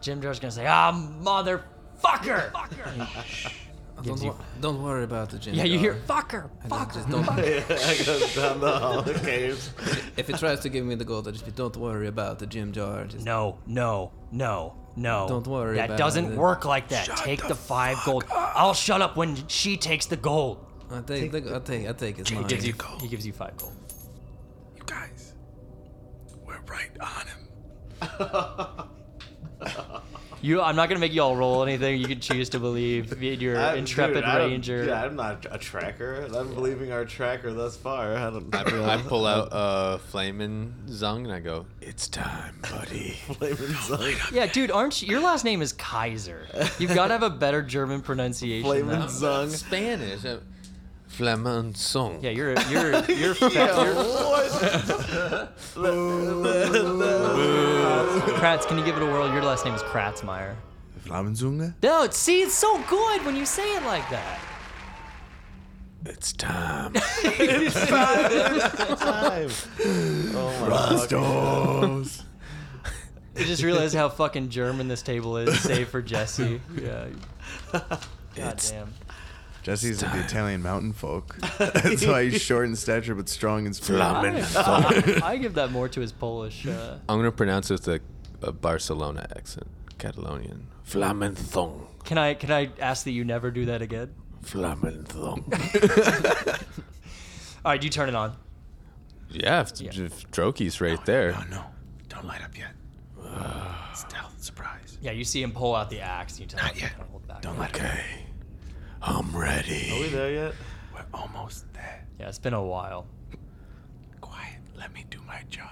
Speaker 4: Jim Jar's gonna say, "Ah, motherfucker!" *laughs*
Speaker 8: Don't, wo- don't worry about the gym.
Speaker 4: yeah, you
Speaker 8: dog.
Speaker 4: hear "fucker, fucker."
Speaker 8: Just
Speaker 4: *laughs*
Speaker 8: don't-
Speaker 6: I go down the hall of caves.
Speaker 8: if it tries to give me the gold, I just be, don't worry about the gym jar. Just
Speaker 4: No, no, no, no.
Speaker 8: Don't worry
Speaker 4: That
Speaker 8: about
Speaker 4: doesn't
Speaker 8: it.
Speaker 4: work like that. take the, five gold. I'll shut up when she takes the gold.
Speaker 8: I take, take, I take, I take his money.
Speaker 4: you gold. He gives you five gold.
Speaker 5: You guys, we're right on him.
Speaker 4: *laughs* You, I'm not gonna make y'all roll anything. You can choose
Speaker 6: *laughs*
Speaker 4: to believe in your
Speaker 6: I-
Speaker 4: intrepid
Speaker 6: dude, I don't-
Speaker 4: ranger.
Speaker 6: Yeah, I'm not a tracker. I'm believing our tracker thus far. I don't. I,
Speaker 7: I pull
Speaker 6: *laughs*
Speaker 7: out uh, Flamin' Zung and I go, It's time,
Speaker 6: *laughs*
Speaker 7: buddy.
Speaker 4: Yeah, dude, aren't you? Your last name is Kaiser. You've got to have a better German pronunciation. than-
Speaker 6: Flamin' Zung.
Speaker 7: Spanish. *laughs* Flamin' Zung.
Speaker 4: Yeah, you're you're
Speaker 7: *laughs*
Speaker 4: you're. Fat,
Speaker 9: *laughs*
Speaker 4: you're *laughs* Kratz, can you give it a whirl? Your last name is Kratzmeyer.
Speaker 5: Flamenzunga?
Speaker 4: No, it's- see, it's so good when you say it like that.
Speaker 5: It's
Speaker 4: *laughs*
Speaker 5: time.
Speaker 6: Oh my fuck.
Speaker 5: Rastos.
Speaker 4: I just realized how fucking German this table is, save for Jesse. Yeah. Goddamn.
Speaker 5: Jesse's of the Italian mountain *laughs* folk. That's why he's short in stature but strong in spirit.
Speaker 4: I, *laughs* I give that more to his Polish. Uh,
Speaker 7: *laughs* I'm going to pronounce it with a, a Barcelona accent, Catalonian. Flamin' Zung.
Speaker 4: can I can I ask that you never do that again?
Speaker 7: Flamin' Zung.
Speaker 4: *laughs* All right, you turn it on.
Speaker 7: yeah, if,
Speaker 4: Yeah.
Speaker 7: if Droki's right there.
Speaker 5: Oh no. Don't light up yet.
Speaker 7: *sighs*
Speaker 5: Stealth surprise.
Speaker 4: Yeah, you see him pull out the axe. And you tell him
Speaker 5: yet.
Speaker 4: to kinda hold back.
Speaker 5: Don't light up.
Speaker 7: Okay. I'm
Speaker 6: Are we
Speaker 7: ready.
Speaker 6: there yet?
Speaker 5: We're almost there.
Speaker 4: Yeah, it's been a while.
Speaker 5: Quiet. Let me do my job.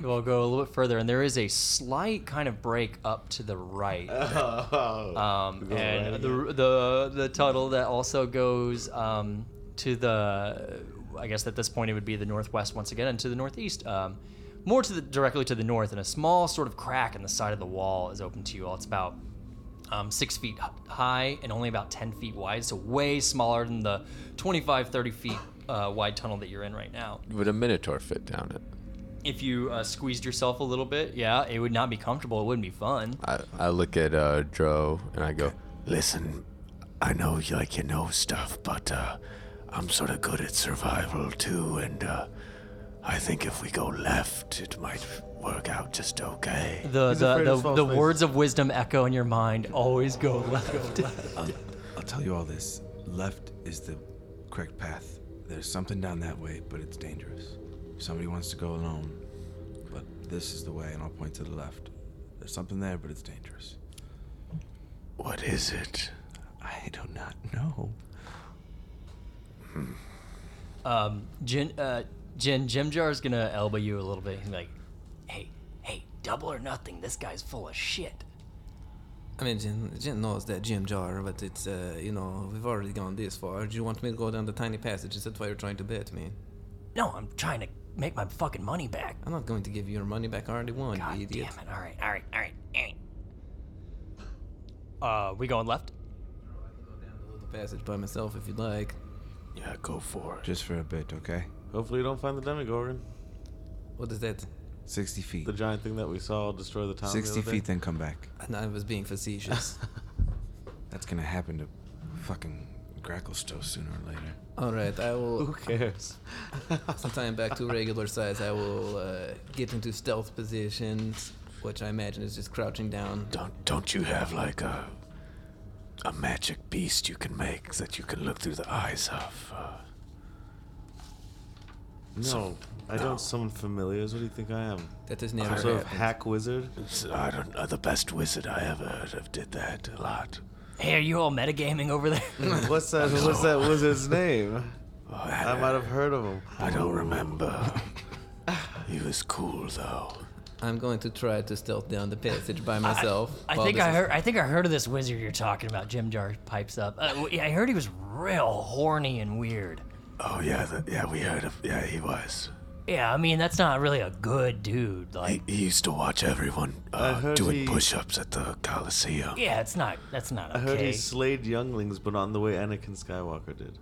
Speaker 4: We'll go a little bit further, and there is a slight kind of break up to
Speaker 5: *laughs*
Speaker 4: the right,
Speaker 5: Oh.
Speaker 4: um, and
Speaker 6: right
Speaker 4: the, the the tunnel that also goes um, to the, I guess at this point it would be the northwest once again, and to the northeast, um, more to the directly to the north, and a small sort of crack in the side of the wall is open to you all. It's about um, six feet h- high and only about 10 feet wide, so way smaller than the 25, 30 feet uh, wide tunnel that you're in right now
Speaker 7: Would a Minotaur fit down it?
Speaker 4: if you uh, squeezed yourself a little bit, yeah, it would not be comfortable. It wouldn't be fun.
Speaker 7: I, I look at uh, Dro and I go, listen, I know you like you know stuff, but uh, I'm sort of good at survival too, and uh, I think if we go left, it might work out just okay.
Speaker 4: The the,
Speaker 6: afraid of
Speaker 4: the,
Speaker 6: small
Speaker 4: the
Speaker 6: spaces.
Speaker 4: words of wisdom echo in your mind. Always go *laughs* left.
Speaker 5: I'll tell you all this. Left is the correct path. There's something down that way, but it's dangerous. If somebody wants to go alone, but this is the way, and I'll point to the left. There's something there, but it's dangerous.
Speaker 7: What is it?
Speaker 5: I do not know.
Speaker 4: Jin, uh, Jin, Jim Jar's gonna elbow you a little bit. He's like, "Hey, hey, double or nothing. This guy's full of shit."
Speaker 8: I mean, Jim, Jim knows that gym jar, but it's, uh, you know, we've already gone this far. Do you want me to go down the tiny passage? Is that why you're trying to bet me?
Speaker 4: No, I'm trying to make my fucking money back.
Speaker 8: I'm not going to give you your money back. I already won,
Speaker 4: God
Speaker 8: you idiot.
Speaker 4: damn it! All right, all right, all right, all right. Uh, we going left?
Speaker 8: The passage by myself if you'd like.
Speaker 7: Yeah, go for it.
Speaker 5: Just for a bit, okay?
Speaker 6: Hopefully, you don't find the Demogorgon,
Speaker 8: What is that?
Speaker 5: 60 feet.
Speaker 6: the giant thing that we saw destroy the town. the
Speaker 5: 60
Speaker 6: other
Speaker 5: feet,
Speaker 6: day.
Speaker 5: then come back.
Speaker 8: And I was being facetious.
Speaker 5: That's gonna happen to fucking Gracklestow sooner or later.
Speaker 8: All right, I will.
Speaker 6: Who cares?
Speaker 8: *laughs* Sometime back to regular size, I will uh, get into stealth positions, which I imagine is just crouching down.
Speaker 7: Don't don't you have like a a magic beast you can make that you can look through the eyes of? Uh,
Speaker 6: *laughs* No, I don't summon familiars. What do you think I am?
Speaker 8: That has never
Speaker 6: Some sort of
Speaker 8: happened.
Speaker 6: hack wizard?
Speaker 7: s- I don't. Uh, the best wizard I ever heard of did that a lot.
Speaker 4: Hey, are you all metagaming
Speaker 8: *laughs*
Speaker 4: over there?
Speaker 6: What's that? What's *laughs* that wizard's name?
Speaker 8: Oh,
Speaker 6: I might have heard of him.
Speaker 9: I don't remember. *laughs* he was cool though.
Speaker 8: I'm going to try to stealth down the passage by myself.
Speaker 4: I
Speaker 8: while
Speaker 4: think
Speaker 8: this
Speaker 4: I
Speaker 8: is-
Speaker 4: heard. I think I heard of this wizard you're talking about. Jim Jar pipes up. Uh, w- yeah, I heard he was real horny and weird.
Speaker 9: Oh yeah, the, yeah. We heard of. Yeah, he was.
Speaker 4: Yeah, I mean that's not really a good dude. Like,
Speaker 9: He, he used to watch everyone uh,
Speaker 6: heard
Speaker 9: doing
Speaker 6: he-
Speaker 9: push-ups at the Coliseum.
Speaker 4: yeah, it's not. That's not okay.
Speaker 6: I heard he slayed younglings, but on the way Anakin Skywalker did.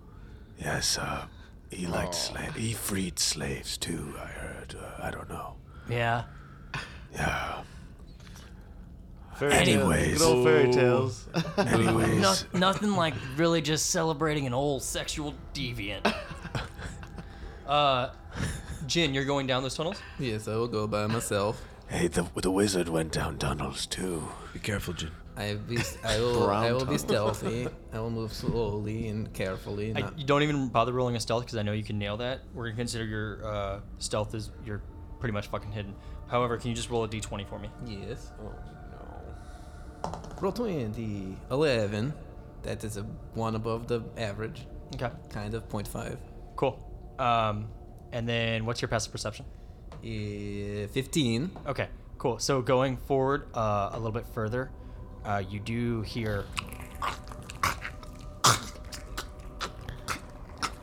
Speaker 9: Yes, uh, he liked slaves. He freed slaves too. I heard. Uh, I don't know.
Speaker 4: yeah.
Speaker 9: Yeah.
Speaker 6: Fairy
Speaker 9: Anyways.
Speaker 6: tales. Good old fairy tales.
Speaker 9: Anyways,
Speaker 4: No, nothing like really just celebrating an old sexual deviant. uh, Jin, you're going down those tunnels.
Speaker 8: Yes, I will go by myself.
Speaker 9: hey, the the wizard went down tunnels too.
Speaker 5: Be careful, Jin.
Speaker 8: I be, I will,
Speaker 6: Brown
Speaker 8: I will be
Speaker 6: tongue.
Speaker 8: stealthy. I will move slowly and carefully.
Speaker 4: I,
Speaker 8: Not,
Speaker 4: you don't even bother rolling a stealth because I know you can nail that. We're gonna consider your uh, stealth as you're pretty much fucking hidden. However, can you just roll a d20 for me?
Speaker 8: yes. Oh no. Roll 20. 11. That is a one above the average.
Speaker 4: Okay,
Speaker 8: Kind of 0.5.
Speaker 4: cool. Um, and then what's your passive perception?
Speaker 8: Eh, 15.
Speaker 4: Okay, cool. So going forward uh, a little bit further, uh, you do hear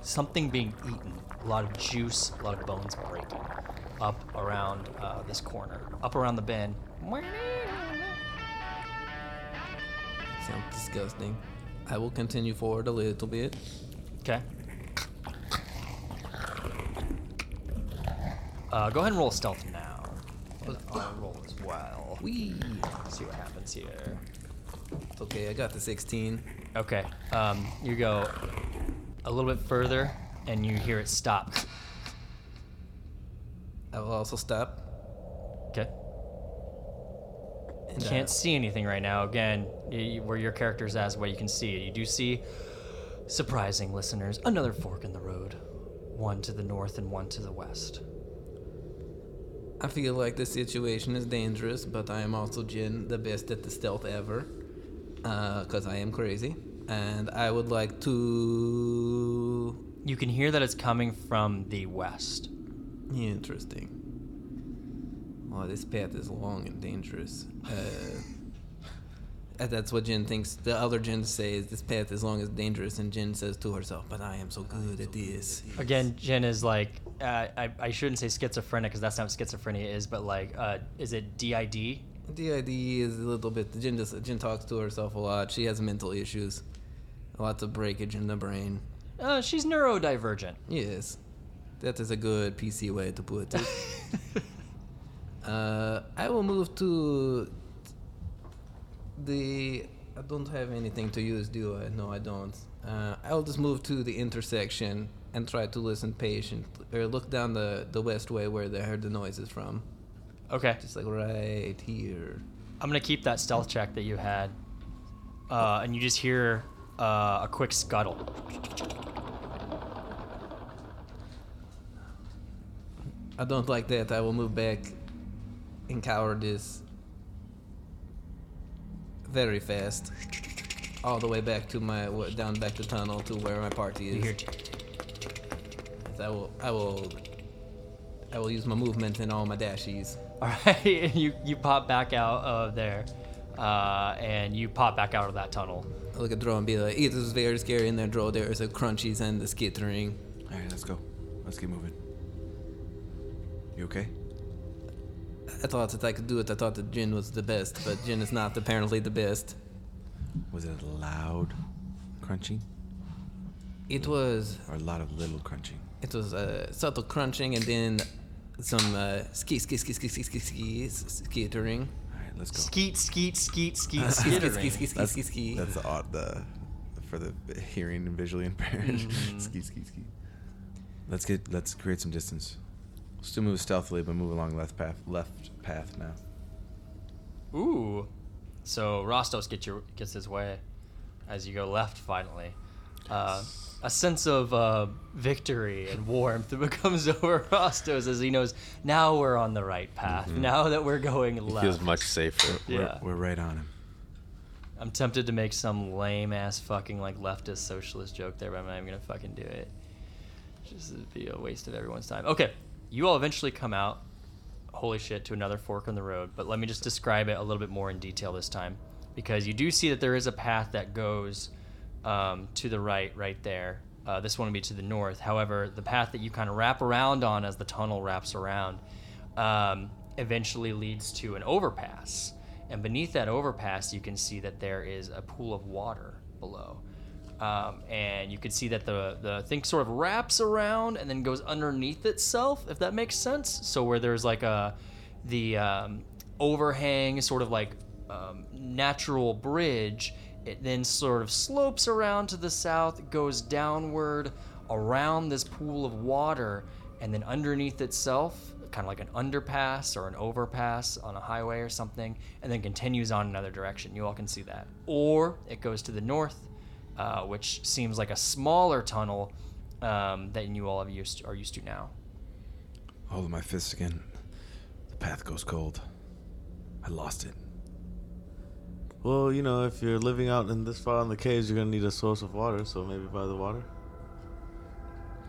Speaker 4: something being eaten. A lot of juice, a lot of bones breaking up around uh, this corner, up around the bend.
Speaker 8: Sounds disgusting. I will continue forward a little bit.
Speaker 4: Okay. Uh, go ahead and roll stealth now. And I'll roll as well.
Speaker 8: Wee.
Speaker 4: See what happens here.
Speaker 8: It's okay, I got the 16.
Speaker 4: Okay. Um, you go a little bit further, and you hear it stop.
Speaker 8: I will also stop.
Speaker 4: Okay.
Speaker 8: And, uh,
Speaker 4: Can't see anything right now. Again, y- where your character's at is what you can see. You do see, surprising listeners, another fork in the road. One to the north and one to the west.
Speaker 8: I feel like the situation is dangerous, but I am also Jin, the best at the stealth ever, because I am crazy. And I would like to.
Speaker 4: You can hear that it's coming from the west.
Speaker 8: Interesting. Well, this path is long and dangerous. Uh, and that's what Jin thinks. The other Jin says this path is long and dangerous, and Jin says to herself, "But I am so good at this."
Speaker 4: Again, Jen is like, uh, I, I shouldn't say schizophrenic because that's not what schizophrenia is, but like, uh, is it DID?
Speaker 8: The idea is a little bit. Jin just Jin talks to herself a lot. She has mental issues, lots of breakage in the brain.
Speaker 4: Uh, she's neurodivergent.
Speaker 8: Yes, that is a good PC way to
Speaker 4: *laughs*
Speaker 8: put it. uh, I will move to the. I don't have anything to use, do I? No, I don't. Uh, I'll just move to the intersection and try to listen patient or look down the the west way where they heard the noises from.
Speaker 4: Okay.
Speaker 8: Just like right here.
Speaker 4: I'm gonna keep that stealth check that you had, uh, and you just hear uh, a quick scuttle. *laughs*
Speaker 8: I don't like that. I will move back and cower this very fast, all the way back to my wa- down back the tunnel to where my party
Speaker 4: You
Speaker 8: is.
Speaker 4: hear,
Speaker 8: I will, I will, I will use my movement and all my dashies.
Speaker 4: all right, *laughs* and you you pop back out of there, uh, and you pop back out of that tunnel.
Speaker 8: I look at Dro and be like, "It was very scary in there, Dro. There is a crunchies and the skittering."
Speaker 5: All right, let's go. Let's get moving. You okay?
Speaker 8: I thought that I could do it. I thought that Jin was the best, but Jin is not apparently the best.
Speaker 5: Was it loud crunching
Speaker 8: It was
Speaker 5: or a lot of little crunching?
Speaker 8: It was uh, subtle crunching and then some uh, ski, ski, ski, ski, ski, ski, ski, skittering.
Speaker 5: All right, let's go.
Speaker 4: Skeet, skeet,
Speaker 5: *laughs*
Speaker 4: skeet, skeet,
Speaker 8: Ski, ski,
Speaker 4: skittering.
Speaker 8: ski, ski, ski,
Speaker 5: That's,
Speaker 8: ski, ski.
Speaker 5: that's the odd the for the hearing and visually impaired. *laughs* ski ski ski. Let's get let's create some distance. We'll still move stealthily, but move along left path left path now.
Speaker 4: Ooh. So Rostos gets your gets his way as you go left finally. Uh, a sense of uh, victory and warmth *laughs* becomes over Rostos as he knows now we're on the right path. Now that we're going
Speaker 7: He
Speaker 4: left.
Speaker 7: feels much safer.
Speaker 4: yeah.
Speaker 5: We're right on him.
Speaker 4: I'm tempted to make some lame ass fucking like leftist socialist joke there, but I'm not even gonna fucking do it. Just it'd be a waste of everyone's time. Okay, you all eventually come out. Holy shit! To another fork in the road, but let me just describe it a little bit more in detail this time, because you do see that there is a path that goes um, to the right, right there. Uh, this one would be to the north. However, the path that you kind of wrap around on as the tunnel wraps around um, eventually leads to an overpass. And beneath that overpass, you can see that there is a pool of water below. Um, and you can see that the, the thing sort of wraps around and then goes underneath itself, if that makes sense. So, where there's like a, the um, overhang, sort of like um, natural bridge, it then sort of slopes around to the south, goes downward around this pool of water, and then underneath itself, kind of like an underpass or an overpass on a highway or something, and then continues on another direction. You all can see that. Or it goes to the north, uh, which seems like a smaller tunnel um, than you all have used are used to now.
Speaker 5: Hold my fists again. The path goes cold. I lost it.
Speaker 6: Well, you know, if you're living out in this far in the caves, you're gonna need a source of water. So maybe by the water.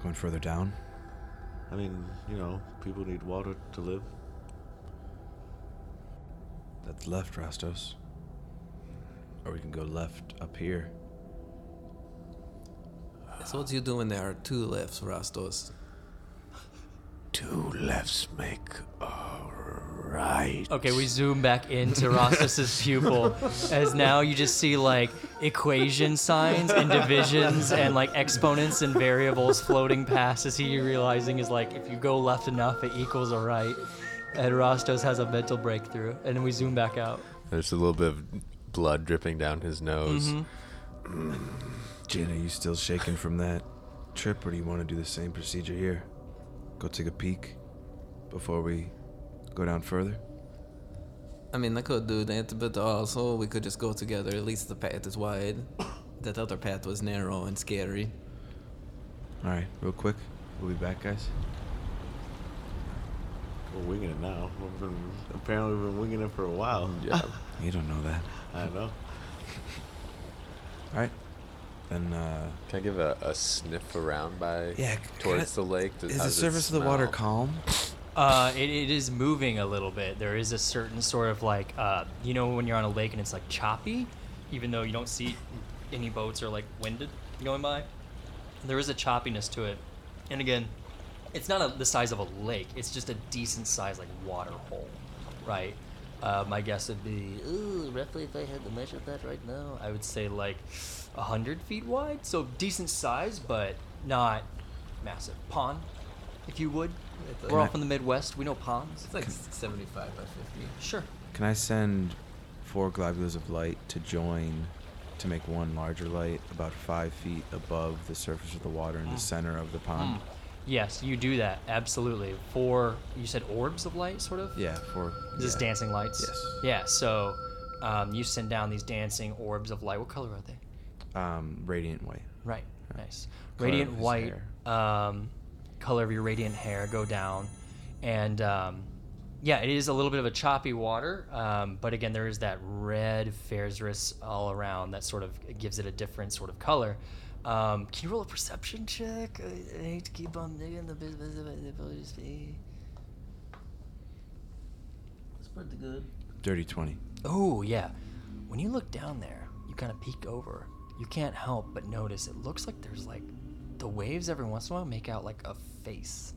Speaker 5: Going further down.
Speaker 6: I mean, you know, people need water to live.
Speaker 5: That's left, Rastos. Or we can go left up here.
Speaker 8: So what you doing there are two lefts, Rastos.
Speaker 9: Two lefts make a right.
Speaker 4: Okay, we zoom back into Rostus's pupil as now you just see like equation signs and divisions and like exponents and variables floating past as he realizing is like if you go left enough it equals a right. And Rostos has a mental breakthrough and then we zoom back out.
Speaker 7: There's a little bit of blood dripping down his nose.
Speaker 5: Mm-hmm. Jin, Hmm. are you still shaking from that trip, or do you want to do the same procedure here? Go take a peek before we go down further?
Speaker 8: I mean, I could do that, but also we could just go together. At least the path is wide. *coughs* That other path was narrow and scary.
Speaker 5: Alright, real quick. We'll be back, guys.
Speaker 6: We're winging it now. We've been apparently we've been winging it for a while. *laughs*
Speaker 7: Yeah.
Speaker 5: You don't know that.
Speaker 6: I know.
Speaker 5: Alright. Then, uh.
Speaker 7: Can I give a, a sniff around by
Speaker 5: Yeah, c-
Speaker 7: towards
Speaker 5: can
Speaker 7: the lake? Does-
Speaker 5: Is
Speaker 7: how
Speaker 5: the
Speaker 7: does it
Speaker 5: surface of the water
Speaker 7: smell?
Speaker 5: calm?
Speaker 4: Uh, it, it is moving a little bit. There is a certain sort of like, uh, you know, when you're on a lake and it's like choppy, even though you don't see any boats or like winded going by. There is a choppiness to it, and again, it's not a, the size of a lake. It's just a decent size like water hole, right? Uh, my guess would be, ooh, roughly if I had to measure that right now, I would say like hundred feet wide. So decent size, but not massive pond, if you would. We're all
Speaker 5: I-
Speaker 4: from the Midwest. We know ponds.
Speaker 8: It's like 75 by 50.
Speaker 4: Sure.
Speaker 5: Can I send four globules of light to join to make one larger light about five feet above the surface of the water in the
Speaker 4: Hmm.
Speaker 5: center of the pond?
Speaker 4: Yes, you do that. Absolutely. Four, you said orbs of light, sort of?
Speaker 5: Yeah, four.
Speaker 4: Is this
Speaker 5: yeah.
Speaker 4: dancing lights?
Speaker 5: Yes.
Speaker 4: Yeah, so um, you send down these dancing orbs of light. What color are they?
Speaker 5: Um, radiant white.
Speaker 4: Right. Nice.
Speaker 5: Color of
Speaker 4: Radiant
Speaker 5: his
Speaker 4: white, um, color of your radiant hair go down, and um, yeah, it is a little bit of a choppy water, um, but again, there is that red Ferris all around that sort of gives it a different sort of color. Um, can you roll a perception check? I, I hate to keep on digging the business of it, but it'll just be- It's pretty good.
Speaker 5: Dirty 20.
Speaker 4: Oh, yeah. When you look down there, you kind of peek over. You can't help but notice it looks like there's like the waves every once in a while make out like a face.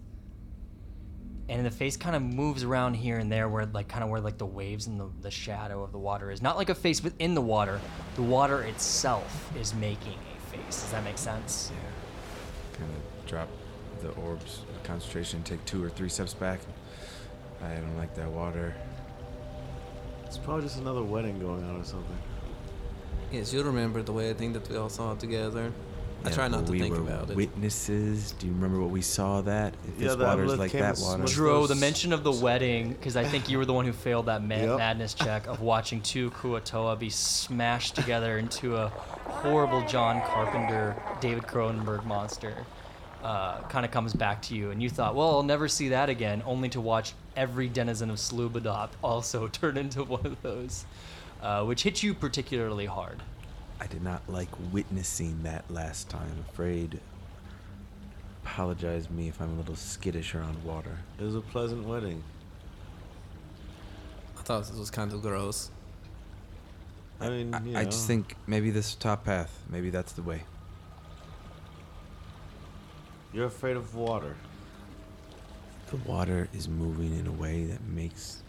Speaker 4: And the face kind of moves around here and there where like kind of where like the waves and the, the shadow of the water is. Not like a face within the water. The water itself is making a face. Does that make sense?
Speaker 5: Kind of drop the orbs, the concentration, take two or three steps back. I don't like that water.
Speaker 6: It's probably just another wedding going on or something.
Speaker 8: Yes, you remember the wedding that we all saw together. I
Speaker 5: Yeah,
Speaker 8: try
Speaker 5: but
Speaker 8: not to
Speaker 5: we
Speaker 8: think
Speaker 5: were
Speaker 8: about it.
Speaker 5: Witnesses. Do you remember what we saw that? If
Speaker 6: Yeah,
Speaker 5: this
Speaker 6: the
Speaker 5: water's
Speaker 6: Aboleth
Speaker 5: like
Speaker 6: came
Speaker 5: that
Speaker 6: and
Speaker 5: water.
Speaker 6: smushed
Speaker 4: Dro,
Speaker 6: those-
Speaker 4: the mention of the wedding, because I think you were the one who failed that mad-
Speaker 6: Yep.
Speaker 4: madness check of watching two Kuatoa be smashed together into a horrible John Carpenter, David Cronenberg monster. Uh, kind of comes back to you, and you thought, well, I'll never see that *laughs* again, only to watch every denizen of Slubadop also turn into one of those. uh, which hit you particularly hard.
Speaker 5: I did not like witnessing that last time. I'm afraid. Apologize me if I'm a little skittish around water.
Speaker 6: It was a pleasant wedding.
Speaker 8: I thought this was kind of gross.
Speaker 6: I mean,
Speaker 5: I,
Speaker 6: you
Speaker 5: I just
Speaker 6: know.
Speaker 5: think maybe this top path, maybe that's the way.
Speaker 6: You're afraid of water.
Speaker 5: The water is moving in a way that makes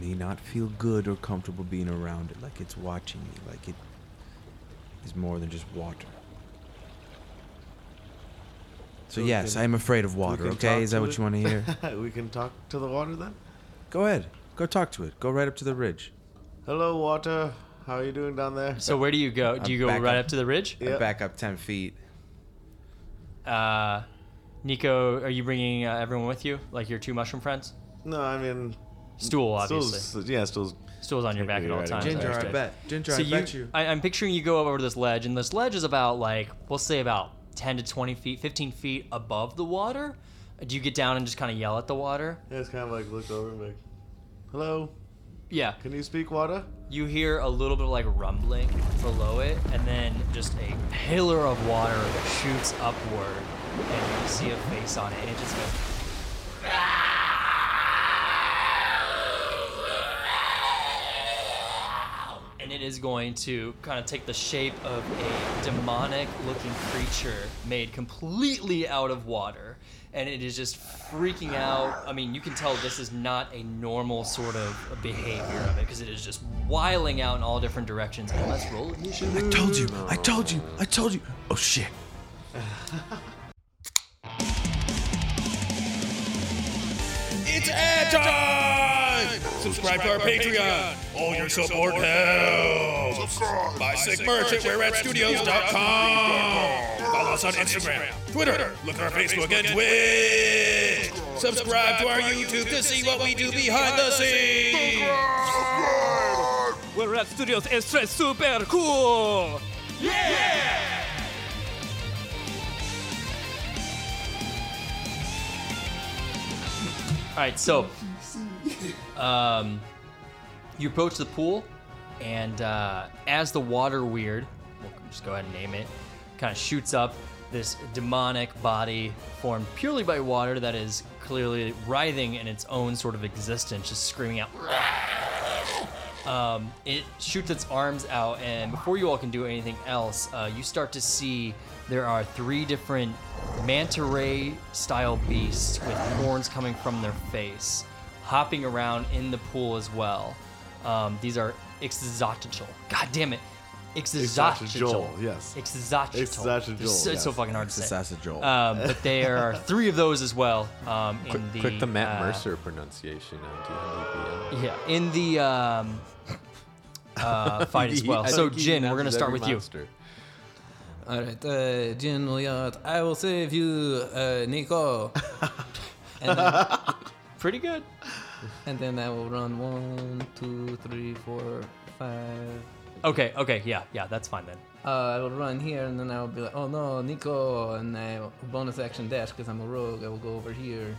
Speaker 5: me not feel good or comfortable being around it, like it's watching me, like it is more than just water. So,
Speaker 6: So we
Speaker 5: yes,
Speaker 6: can-
Speaker 5: I am afraid of
Speaker 6: we
Speaker 5: water,
Speaker 6: can
Speaker 5: okay?
Speaker 6: talk
Speaker 5: Is that
Speaker 6: to
Speaker 5: what
Speaker 6: it?
Speaker 5: you want to
Speaker 6: *laughs*
Speaker 5: hear?
Speaker 6: we can talk to the water then?
Speaker 5: Go ahead. Go talk to it. Go right up to the ridge.
Speaker 6: Hello, water. How are you doing down there?
Speaker 4: So where do you go? Do
Speaker 5: I'm
Speaker 4: you go
Speaker 5: back
Speaker 4: right
Speaker 5: up.
Speaker 4: up to the ridge?
Speaker 5: I
Speaker 6: Yep.
Speaker 5: Back up 10 feet.
Speaker 4: Uh, Nico, are you bringing uh, everyone with you, like your two mushroom friends?
Speaker 6: No, I mean,
Speaker 4: Stool, obviously.
Speaker 6: Stool's, yeah, Stool's.
Speaker 4: Stool's on your back at all
Speaker 6: Technically, right,
Speaker 4: times.
Speaker 6: Ginger,
Speaker 5: Ginger, I
Speaker 4: understood.
Speaker 5: bet. Ginger,
Speaker 4: so
Speaker 5: I bet you.
Speaker 4: I, am picturing you go over to this ledge, and this ledge is about like we'll say about 10 to 20 feet, 15 feet above the water. Do you get down and just kind of yell at the water?
Speaker 6: Yeah, it's kind of like look over and be like, hello,
Speaker 4: Yeah.
Speaker 6: can you speak water?
Speaker 4: You hear a little bit of like rumbling below it, and then just a pillar of water that shoots upward, and you see a face on it, and it just goes. And it is going to kind of take the shape of a demonic looking creature made completely out of water. And it is just freaking out. I mean, you can tell this is not a normal sort of behavior of it because it is just wiling out in all different directions. And let's roll initiative.
Speaker 5: I told you. I told you. I told you. Oh, shit.
Speaker 10: It's ad time! Subscribe to our Patreon. All your support helps. Buy sick merch at WearRatStudios.com. Follow us on Instagram, Twitter, look at our Facebook and Twitch. Subscribe to our YouTube to see what we do behind the scenes. We're at Studios is super cool.
Speaker 4: All right, so um, you approach the pool, and uh, as the water weird, we'll just go ahead and name it, kind of shoots up this demonic body formed purely by water that is clearly writhing in its own sort of existence, just screaming out. Um, it shoots its arms out, and before you all can do anything else, uh, you start to see there are three different manta ray style beasts with horns coming from their face, hopping around in the pool as well. Um, these are ixozotichal. God damn it. Ixozotichal.
Speaker 6: Ixozotichal, yes.
Speaker 4: Ixozotichal.
Speaker 6: Ixozotichal,
Speaker 4: They're so- It's so
Speaker 6: yes.
Speaker 4: fucking hard to
Speaker 5: It's a
Speaker 4: say.
Speaker 5: sausage roll.
Speaker 4: Um, but
Speaker 7: *laughs*
Speaker 4: there are three of those as well. Um, in
Speaker 7: Quick,
Speaker 4: the,
Speaker 7: click the Matt
Speaker 4: uh,
Speaker 7: Mercer pronunciation on DMDBM.
Speaker 4: yeah, in the um,
Speaker 7: *laughs*
Speaker 4: uh, fight as well.
Speaker 7: I
Speaker 4: So,
Speaker 7: think he
Speaker 4: Jin, we're gonna
Speaker 7: announces
Speaker 4: start
Speaker 7: every
Speaker 4: with you.
Speaker 7: monster.
Speaker 8: All right, uh, Jin Williard, I will save you, uh,
Speaker 7: *laughs*
Speaker 8: Nico. and, then,
Speaker 4: Pretty good.
Speaker 8: and then I will run one, two, three, four, five.
Speaker 4: Okay, okay, yeah, yeah, that's fine then.
Speaker 8: Uh, I will run here, and then I will be like, "Oh no, Nico!" And I will bonus action dash because I'm a rogue. I will go over here,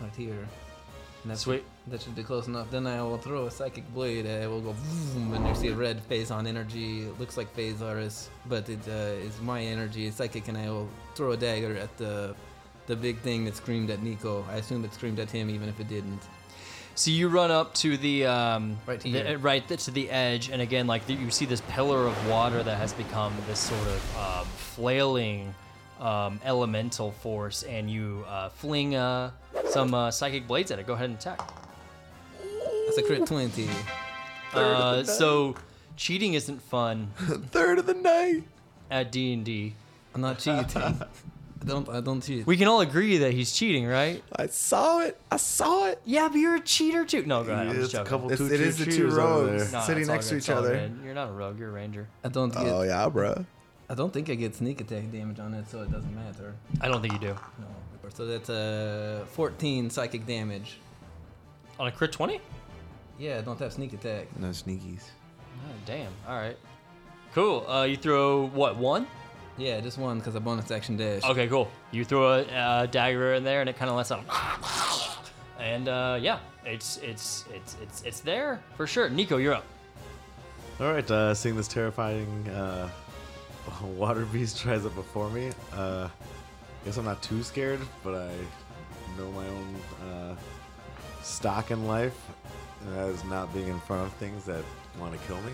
Speaker 8: right here. And that's
Speaker 4: Sweet.
Speaker 8: That should be close enough. Then I will throw a psychic blade. I will go, vroom, and you see a red phase on energy. It looks like phase artist, but it uh, is my energy. It's psychic, and I will throw a dagger at the the big thing that screamed at Nico. I assume it screamed at him, even if it didn't.
Speaker 4: So you run up to the um,
Speaker 8: Right
Speaker 4: the-
Speaker 8: here.
Speaker 4: right th- to the edge, and again, like you see this pillar of water that has become this sort of um, flailing um, elemental force, and you uh, fling uh, some uh, psychic blades at it. Go ahead and attack.
Speaker 8: That's a crit twenty.
Speaker 4: Uh, so cheating isn't fun
Speaker 5: *laughs* Third of the night.
Speaker 4: at D and D.
Speaker 8: I'm not cheating. *laughs* I don't. I don't cheat.
Speaker 4: We can all agree that he's cheating, right?
Speaker 5: I saw it. I saw it.
Speaker 4: Yeah, but you're a cheater too. No, go ahead. I'm just
Speaker 6: It's a
Speaker 4: joking.
Speaker 6: couple
Speaker 5: It's-
Speaker 6: two,
Speaker 5: it is the two
Speaker 6: cheers over
Speaker 5: rogues.
Speaker 6: there.
Speaker 4: No,
Speaker 5: sitting
Speaker 4: it's all
Speaker 5: next to
Speaker 4: good,
Speaker 5: each
Speaker 4: it's all
Speaker 5: other.
Speaker 4: good. You're not a rogue. You're a ranger.
Speaker 8: I don't get.
Speaker 5: Oh, yeah, bruh.
Speaker 8: I don't think I get sneak attack damage on it, so it doesn't matter.
Speaker 4: I don't think you do.
Speaker 8: No. So that's uh, 14 psychic damage.
Speaker 4: On a crit twenty?
Speaker 8: Yeah, I don't have sneak attack.
Speaker 5: No sneakies.
Speaker 4: Oh, damn. All right. Cool. Uh, you throw what one?
Speaker 8: Yeah, just one because I bonus action dash.
Speaker 4: Okay, cool. You throw a uh, dagger in there, and it kind of lets out. And uh, yeah, it's it's it's it's it's there for sure. Nico, you're up.
Speaker 6: All right, uh, seeing this terrifying uh, *laughs* water beast rise up before me, uh, guess I'm not too scared, but I know my own uh, stock in life and that is not being in front of things that want to kill me.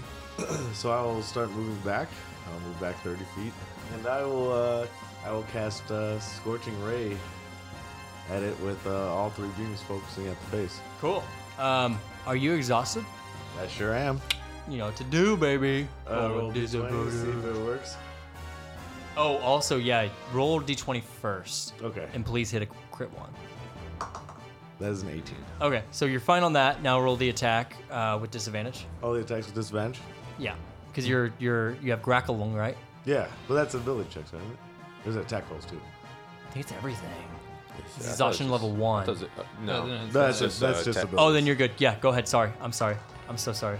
Speaker 6: *clears throat* so I will start moving back. I'll move back 30 feet, and I will uh, I will cast uh, Scorching Ray at it with uh, all three beams focusing at the face.
Speaker 4: Cool. Um, are you exhausted?
Speaker 6: I sure am.
Speaker 4: You know what to do, baby.
Speaker 6: Uh,
Speaker 4: Roll
Speaker 6: roll
Speaker 4: Oh, a
Speaker 6: d20 to see
Speaker 4: d20.
Speaker 6: if it works.
Speaker 4: Oh, also, yeah, roll d20 first.
Speaker 6: Okay.
Speaker 4: And please hit a crit one.
Speaker 6: That is an 18.
Speaker 4: Okay, so you're fine on that. Now roll the attack uh, with disadvantage.
Speaker 6: All the attacks with disadvantage.
Speaker 4: Yeah, because you're you're you have grapplung, right?
Speaker 6: Yeah, but that's ability checks, isn't it? There's attack rolls too.
Speaker 4: I think it's everything. It's
Speaker 7: Yeah, I thought it
Speaker 4: exhaustion
Speaker 7: was-
Speaker 4: level one.
Speaker 7: Does it, uh, no.
Speaker 8: No, no, it's
Speaker 6: That's
Speaker 7: just,
Speaker 6: just, that's
Speaker 7: uh,
Speaker 6: just
Speaker 7: attack.
Speaker 6: ability.
Speaker 4: Oh, then you're good. Yeah, go ahead. Sorry, I'm sorry. I'm so sorry.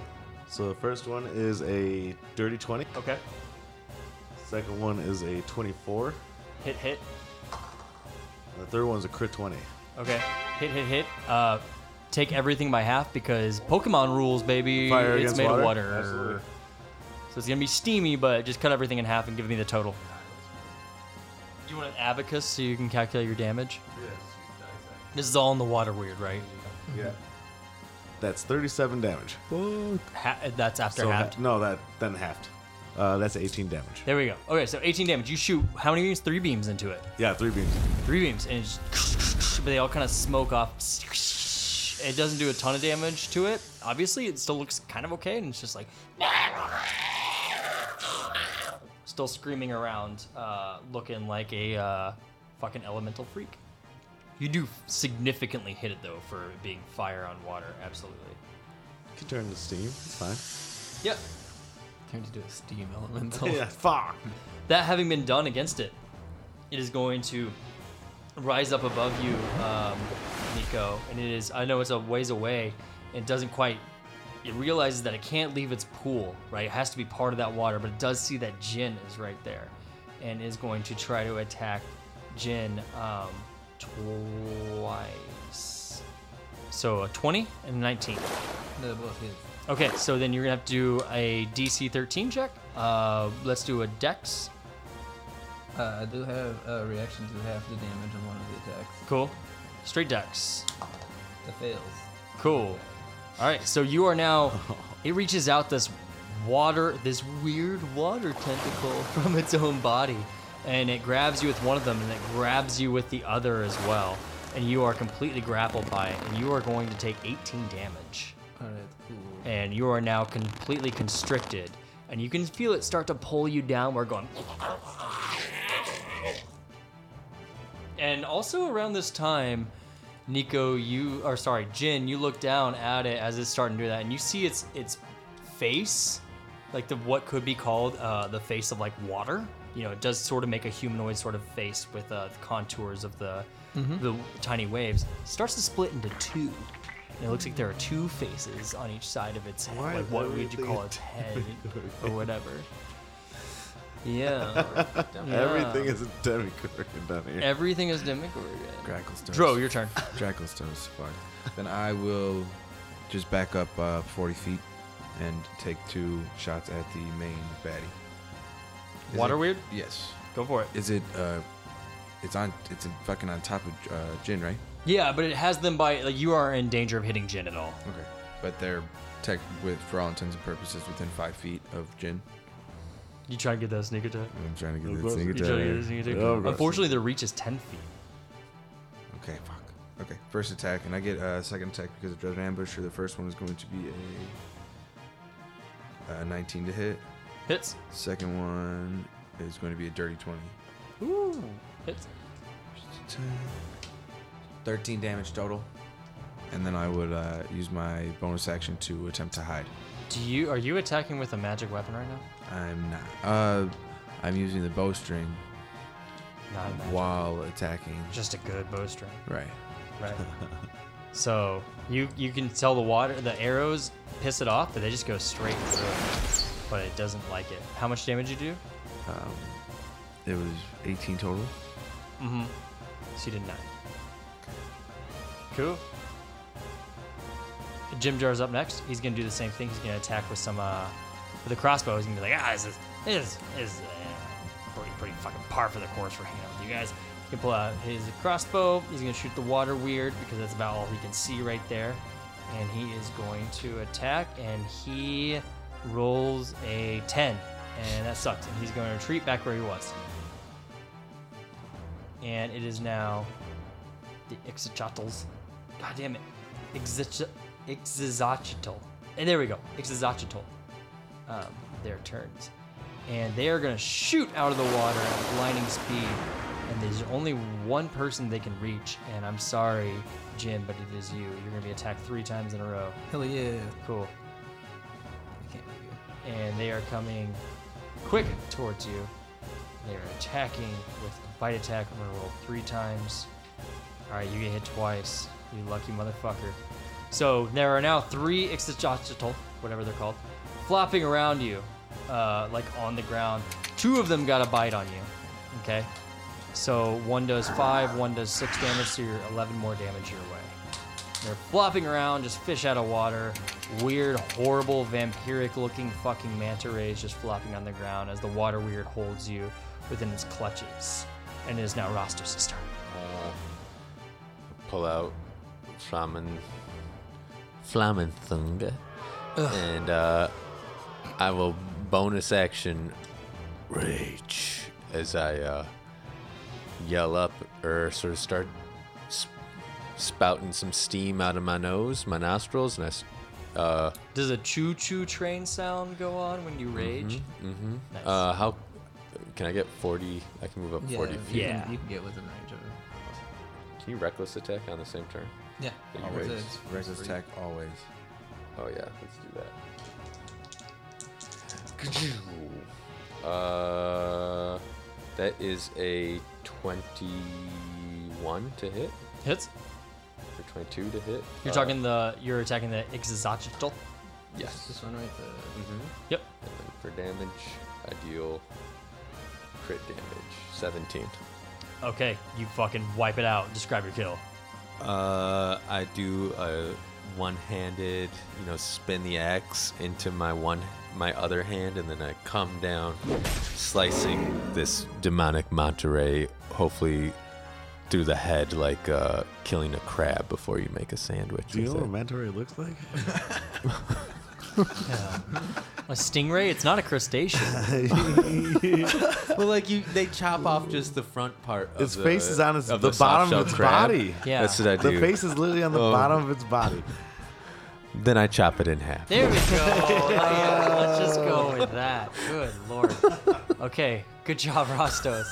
Speaker 6: So the first one is a dirty 20.
Speaker 4: Okay.
Speaker 6: Second one is a 24.
Speaker 4: Hit, hit.
Speaker 6: And the third one's a crit 20.
Speaker 4: Okay. Hit, hit, hit. Uh, take everything by half because Pokemon rules, baby.
Speaker 6: Fire
Speaker 4: it's
Speaker 6: against
Speaker 4: made of
Speaker 6: water?
Speaker 4: water.
Speaker 6: Absolutely.
Speaker 4: So it's gonna be steamy, but just cut everything in half and give me the total. You want an abacus so you can calculate your damage? Yes. This is all in the water, weird, right?
Speaker 6: Yeah. That's 37 damage.
Speaker 4: Ha- that's after
Speaker 6: So
Speaker 4: halved.
Speaker 6: ha- no, that then halved. Uh, that's 18 damage.
Speaker 4: There we go. Okay, so 18 damage. You shoot how many beams? Three beams into it.
Speaker 6: Yeah, three beams.
Speaker 4: Three beams, and it's *laughs* but they all kind of smoke off. It doesn't do a ton of damage to it. Obviously, it still looks kind of okay, and it's just like still screaming around, uh, looking like a uh, fucking elemental freak. You do significantly hit it though for it being fire on water. Absolutely.
Speaker 6: You can turn to steam. It's fine.
Speaker 4: Yep.
Speaker 8: Turned into a
Speaker 4: *laughs*
Speaker 8: steam elemental.
Speaker 6: *laughs* Yeah, fuck.
Speaker 4: That having been done against it, it is going to rise up above you, um, Nico. And it is, I know it's a ways away, and it doesn't quite, it realizes that it can't leave its pool, right? It has to be part of that water, but it does see that Jin is right there and is going to try to attack Jin um, twice. So a 20 and a 19.
Speaker 8: They're both his.
Speaker 4: Okay, so then you're gonna have to do a DC 13 check. Uh, let's do a Dex.
Speaker 8: Uh, I do have a reaction to half the damage on one of the attacks.
Speaker 4: Cool. Straight Dex.
Speaker 8: That fails.
Speaker 4: Cool. All right, so you
Speaker 8: *laughs*
Speaker 4: are now. It reaches out this water, this weird water tentacle *laughs* from its own body, and it grabs you with one of them, and it grabs you with the other as well, and you are completely grappled by it, and you are going to take 18 damage.
Speaker 8: All right, cool.
Speaker 4: and you are now completely constricted and you can feel it start to pull you downward going and also around this time nico you or sorry jin you look down at it as it's starting to do that and you see its its face like the what could be called uh, the face of like water you know it does sort of make a humanoid sort of face with uh, the contours of the the tiny waves it starts to split into two and it looks like there are two faces on each side of its head
Speaker 6: Why
Speaker 4: like
Speaker 6: is
Speaker 4: what would you
Speaker 6: everything
Speaker 4: call
Speaker 6: a
Speaker 4: its head or whatever yeah
Speaker 6: *laughs* Everything is a *laughs* demigorgon down here.
Speaker 4: everything is dimmic
Speaker 5: Grackle's toes. *laughs*
Speaker 4: Dro, your turn.
Speaker 5: Dracula's toes. Fuck. then I will just back up uh, 40 feet and take two shots at the main baddie. Is
Speaker 4: Water
Speaker 5: it-
Speaker 4: weird?
Speaker 5: Yes.
Speaker 4: Go for it.
Speaker 5: Is it? uh It's on. It's in fucking on top of uh, Jin, right?
Speaker 4: Yeah, but it has them by like you are in danger of hitting Jin at all.
Speaker 5: Okay. But they're tech with for all intents and purposes within five feet of Jin.
Speaker 4: You try to get that sneak attack.
Speaker 5: I'm trying to
Speaker 6: Of
Speaker 5: get this
Speaker 6: course.
Speaker 5: thing
Speaker 4: You try to get that sneak attack.
Speaker 5: Oh,
Speaker 6: Yeah, of course.
Speaker 4: Unfortunately, their reach is ten feet.
Speaker 5: Okay, fuck. Okay, first attack, and I get a uh, second attack because of Dreaded Ambush. So the first one is going to be a, uh 19 to hit.
Speaker 4: Hits.
Speaker 5: Second one is going to be a dirty 20.
Speaker 4: Ooh. Hits.
Speaker 5: 13 damage total. And then I would uh, use my bonus action to attempt to hide.
Speaker 4: Do you are you attacking with a magic weapon right now?
Speaker 5: I'm not. Uh, I'm using the bowstring
Speaker 4: Not a magic.
Speaker 5: while attacking.
Speaker 4: Just a good bowstring,
Speaker 5: Right. *laughs*
Speaker 4: right? so you you can tell the water the arrows piss it off, but they just go straight through. it. But it doesn't like it. How much damage you do?
Speaker 5: Um, it was 18 total.
Speaker 4: Mm-hmm. So you did nine. Cool. Jim Jar's up next. He's gonna do the same thing. He's gonna attack with some uh, with a crossbow, he's gonna be like, ah, this is this is, this is uh, pretty pretty fucking par for the course for hanging out with you guys. He can pull out his crossbow. He's gonna shoot the water weird because that's about all he can see right there. And he is going to attack, and he rolls a 10, and that sucks. And he's going to retreat back where he was. And it is now the Ixachotls. God damn it. Ixich- Ixizachotl. And there we go. Ixizachotl. Um, their turns. And they are going to shoot out of the water at blinding speed. And there's only one person they can reach. And I'm sorry, Jim, but it is you. You're going to be attacked three times in a row.
Speaker 8: Hell yeah.
Speaker 4: Cool.
Speaker 8: I can't believe it.
Speaker 4: And they are coming quick towards you. They are attacking with a bite attack. I'm going to roll three times. All right, you get hit twice. You lucky motherfucker. So there are now three Ixtachochital, whatever they're called, flopping around you, uh, like on the ground. Two of them got a bite on you. Okay? So one does five, one does six damage, so you're 11 more damage your way. They're flopping around, just fish out of water. Weird, horrible, vampiric looking fucking manta rays just flopping on the ground as the water weird holds you within its clutches. And it is now Rostos' turn.
Speaker 6: Uh,
Speaker 7: pull out Flamen Flamen Thunga. And uh, I will bonus action rage as I uh, yell up or sort of start sp- spouting some steam out of my nose, my nostrils, and I s- uh,
Speaker 4: Does a choo choo train sound go on when you rage?
Speaker 7: Mm-hmm.
Speaker 4: Nice.
Speaker 7: Uh, how can I get forty? I can move up
Speaker 8: Yeah,
Speaker 7: forty
Speaker 8: you
Speaker 7: feet.
Speaker 8: can-
Speaker 4: Yeah.
Speaker 8: You can get within range of it.
Speaker 7: Can you reckless attack on the same turn?
Speaker 8: Yeah.
Speaker 7: That you
Speaker 8: Always.
Speaker 7: raised?
Speaker 8: It's-
Speaker 5: Reckless
Speaker 8: it's
Speaker 5: attack always.
Speaker 7: Oh yeah, let's do that. Uh, that is a twenty-one to hit
Speaker 4: Hits?
Speaker 7: or twenty-two to hit.
Speaker 4: You're
Speaker 7: Uh,
Speaker 4: talking the. You're attacking the Ixazochital.
Speaker 7: yes.
Speaker 8: This one right there.
Speaker 5: Mm-hmm.
Speaker 6: Mm-hmm.
Speaker 4: Yep.
Speaker 7: And then for damage, I deal crit damage seventeen.
Speaker 4: Okay, you fucking wipe it out. Describe your kill. *laughs*
Speaker 7: Uh, I do a one-handed, you know, spin the axe into my one, my other hand, and then I come down, slicing this demonic Monterey, hopefully through the head, like uh, killing a crab before you make a sandwich.
Speaker 6: Do you know
Speaker 7: with
Speaker 6: what a
Speaker 7: it.
Speaker 6: manta ray looks *laughs* like?
Speaker 4: A stingray? It's not
Speaker 6: *laughs*
Speaker 4: a crustacean.
Speaker 7: *laughs* Well, like you, they chop off just the front part. Of
Speaker 6: Its
Speaker 7: the,
Speaker 6: face is on its-
Speaker 7: uh, of
Speaker 6: the bottom of
Speaker 7: soft-shell
Speaker 6: its
Speaker 7: crab.
Speaker 6: body.
Speaker 4: Yeah.
Speaker 7: that's what I do.
Speaker 6: the face is literally on the
Speaker 7: Oh.
Speaker 6: bottom of its body.
Speaker 7: Then I chop it in half.
Speaker 4: There we go.
Speaker 8: *laughs*
Speaker 4: Yeah, let's just go with that. Good lord. Okay, good job, Rostos.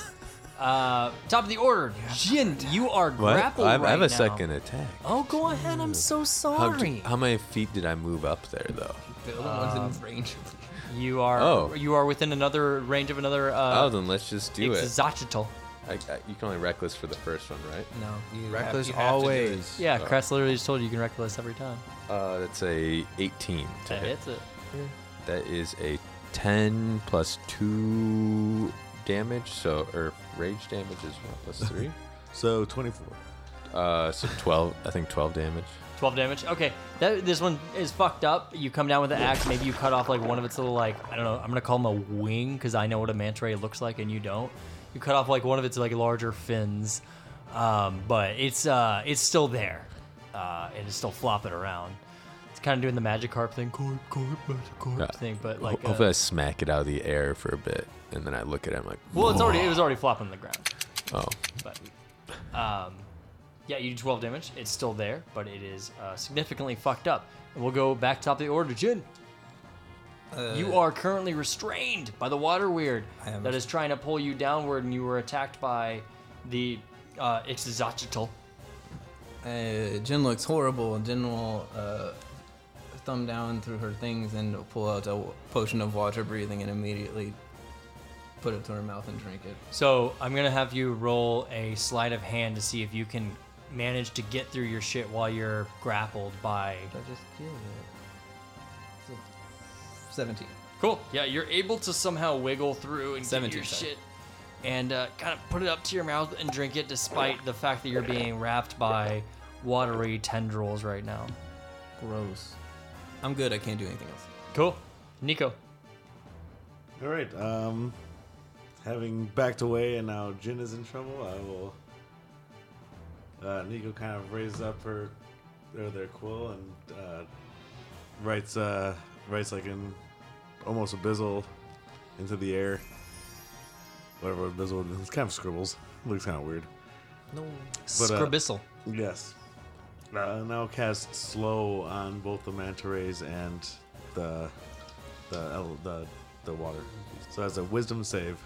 Speaker 4: Uh, top of the order, Jin. You are
Speaker 7: What?
Speaker 4: grappled
Speaker 7: I have,
Speaker 4: right
Speaker 7: I have a
Speaker 4: now.
Speaker 7: second attack.
Speaker 4: Oh, go ahead. I'm so
Speaker 7: How,
Speaker 4: sorry. Um,
Speaker 7: d- how many feet did I move up there, though?
Speaker 8: The other one's in range of it.
Speaker 4: you are.
Speaker 7: Oh.
Speaker 4: You are within another range of another.
Speaker 7: Oh,
Speaker 4: Uh,
Speaker 7: then let's just do it.
Speaker 4: Ixazochital.
Speaker 7: I, I, you can only reckless for the first one, right? Oh,
Speaker 8: No. You
Speaker 5: Reckless
Speaker 8: have, you have to do it.
Speaker 5: always.
Speaker 4: Yeah, Crest literally just told you you can reckless every time.
Speaker 7: Uh, that's a 18 to
Speaker 4: That
Speaker 7: hit.
Speaker 4: hits it.
Speaker 7: That is a 10 plus 2 damage, so or rage damage is what, plus 3?
Speaker 6: *laughs* So 24.
Speaker 7: uh, so 12, I think 12 damage.
Speaker 4: 12 damage. Okay, that, this one is fucked up. You come down with an axe. Maybe you cut off like one of its little like I don't know. I'm gonna call them a wing because I know what a manta ray looks like and you don't. You cut off like one of its like larger fins, um, but it's uh it's still there, uh, and it's still flopping around. It's kind of doing the magic carp thing, carp, carp, magic carp
Speaker 7: Uh,
Speaker 4: thing, but
Speaker 7: ho-
Speaker 4: like uh,
Speaker 7: hopefully I smack it out of the air for a bit, and then I look at it, I'm like,
Speaker 4: well, it's already
Speaker 7: *laughs*
Speaker 4: it was already flopping on the ground.
Speaker 7: oh,
Speaker 4: but um, yeah, you do 12 damage. It's still there, but it is uh, significantly fucked up. And we'll go back top of the order, Jin. you are currently restrained by the water weird
Speaker 8: Uh, I am-
Speaker 4: that is trying to pull you downward, and you were attacked by the uh, Ixazochitl.
Speaker 8: Uh, Jin looks horrible. Jin will uh, thumb down through her things and pull out a w- potion of water breathing and immediately put it to her mouth and drink it.
Speaker 4: So I'm gonna have you roll a sleight of hand to see if you can manage to get through your shit while you're grappled by.
Speaker 8: Did I just give it? It's a 17.
Speaker 4: Cool. Yeah, you're able to somehow wiggle through and get
Speaker 8: 17,
Speaker 4: your
Speaker 8: sorry.
Speaker 4: shit and uh, kind of put it up to your mouth and drink it despite the fact that you're being wrapped by watery tendrils right now.
Speaker 8: Gross. I'm good. I can't do anything else.
Speaker 4: Cool. Nico.
Speaker 6: All right. Um, having backed away and now Jin is in trouble, I will. Uh, Nico kind of raises up her, or their quill and uh, writes, uh, writes like in almost abyssal into the air. Whatever abyssal, it's kind of scribbles. Looks kind of weird. But, uh,
Speaker 4: Scribissel.
Speaker 6: Yes. Uh, now cast slow on both the manta rays and the the el- the the water. So that's a wisdom save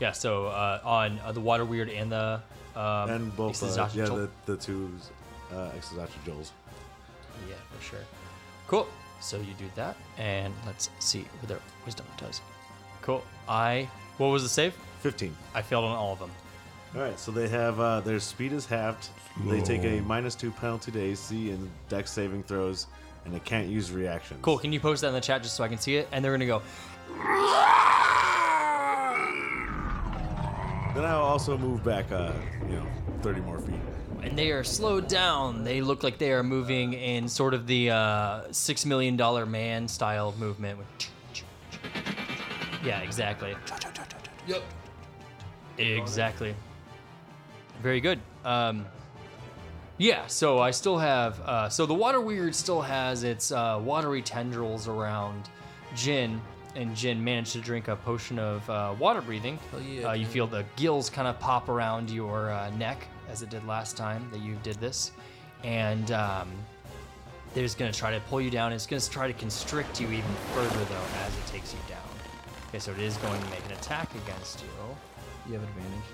Speaker 4: Yeah, so uh, on uh, the water weird and the um,
Speaker 6: and both uh,
Speaker 4: Ixizashi
Speaker 6: yeah
Speaker 4: Chol-
Speaker 6: the, the two uh, Exozachi Joels.
Speaker 4: yeah, for sure. Cool. So you do that, and let's see what their wisdom does. Cool. I what was the save?
Speaker 6: Fifteen.
Speaker 4: I failed on all of them.
Speaker 6: All right, so they have uh, their speed is halved. They take a minus two penalty to AC and Dex saving throws, and they can't use reactions.
Speaker 4: Cool. Can you post that in the chat just so I can see it? And they're gonna go.
Speaker 6: Then I'll also move back, uh, you know, thirty more feet.
Speaker 4: and they are slowed down. They look like they are moving in sort of the uh, six million dollar man style movement. with- Yeah, exactly.
Speaker 8: *laughs*
Speaker 10: Yep.
Speaker 4: Exactly. Very good. Um, yeah, so I still have. Uh, so the water weird still has its uh, watery tendrils around Jin, and Jin managed to drink a potion of uh, water breathing.
Speaker 8: Hell yeah,
Speaker 4: uh, you
Speaker 8: Jin.
Speaker 4: feel the gills kind of pop around your uh, neck as it did last time that you did this, and um, they're just gonna try to pull you down. It's gonna try to constrict you even further though as it takes you down. Okay, so it is going to make an attack against you.
Speaker 8: You have advantage.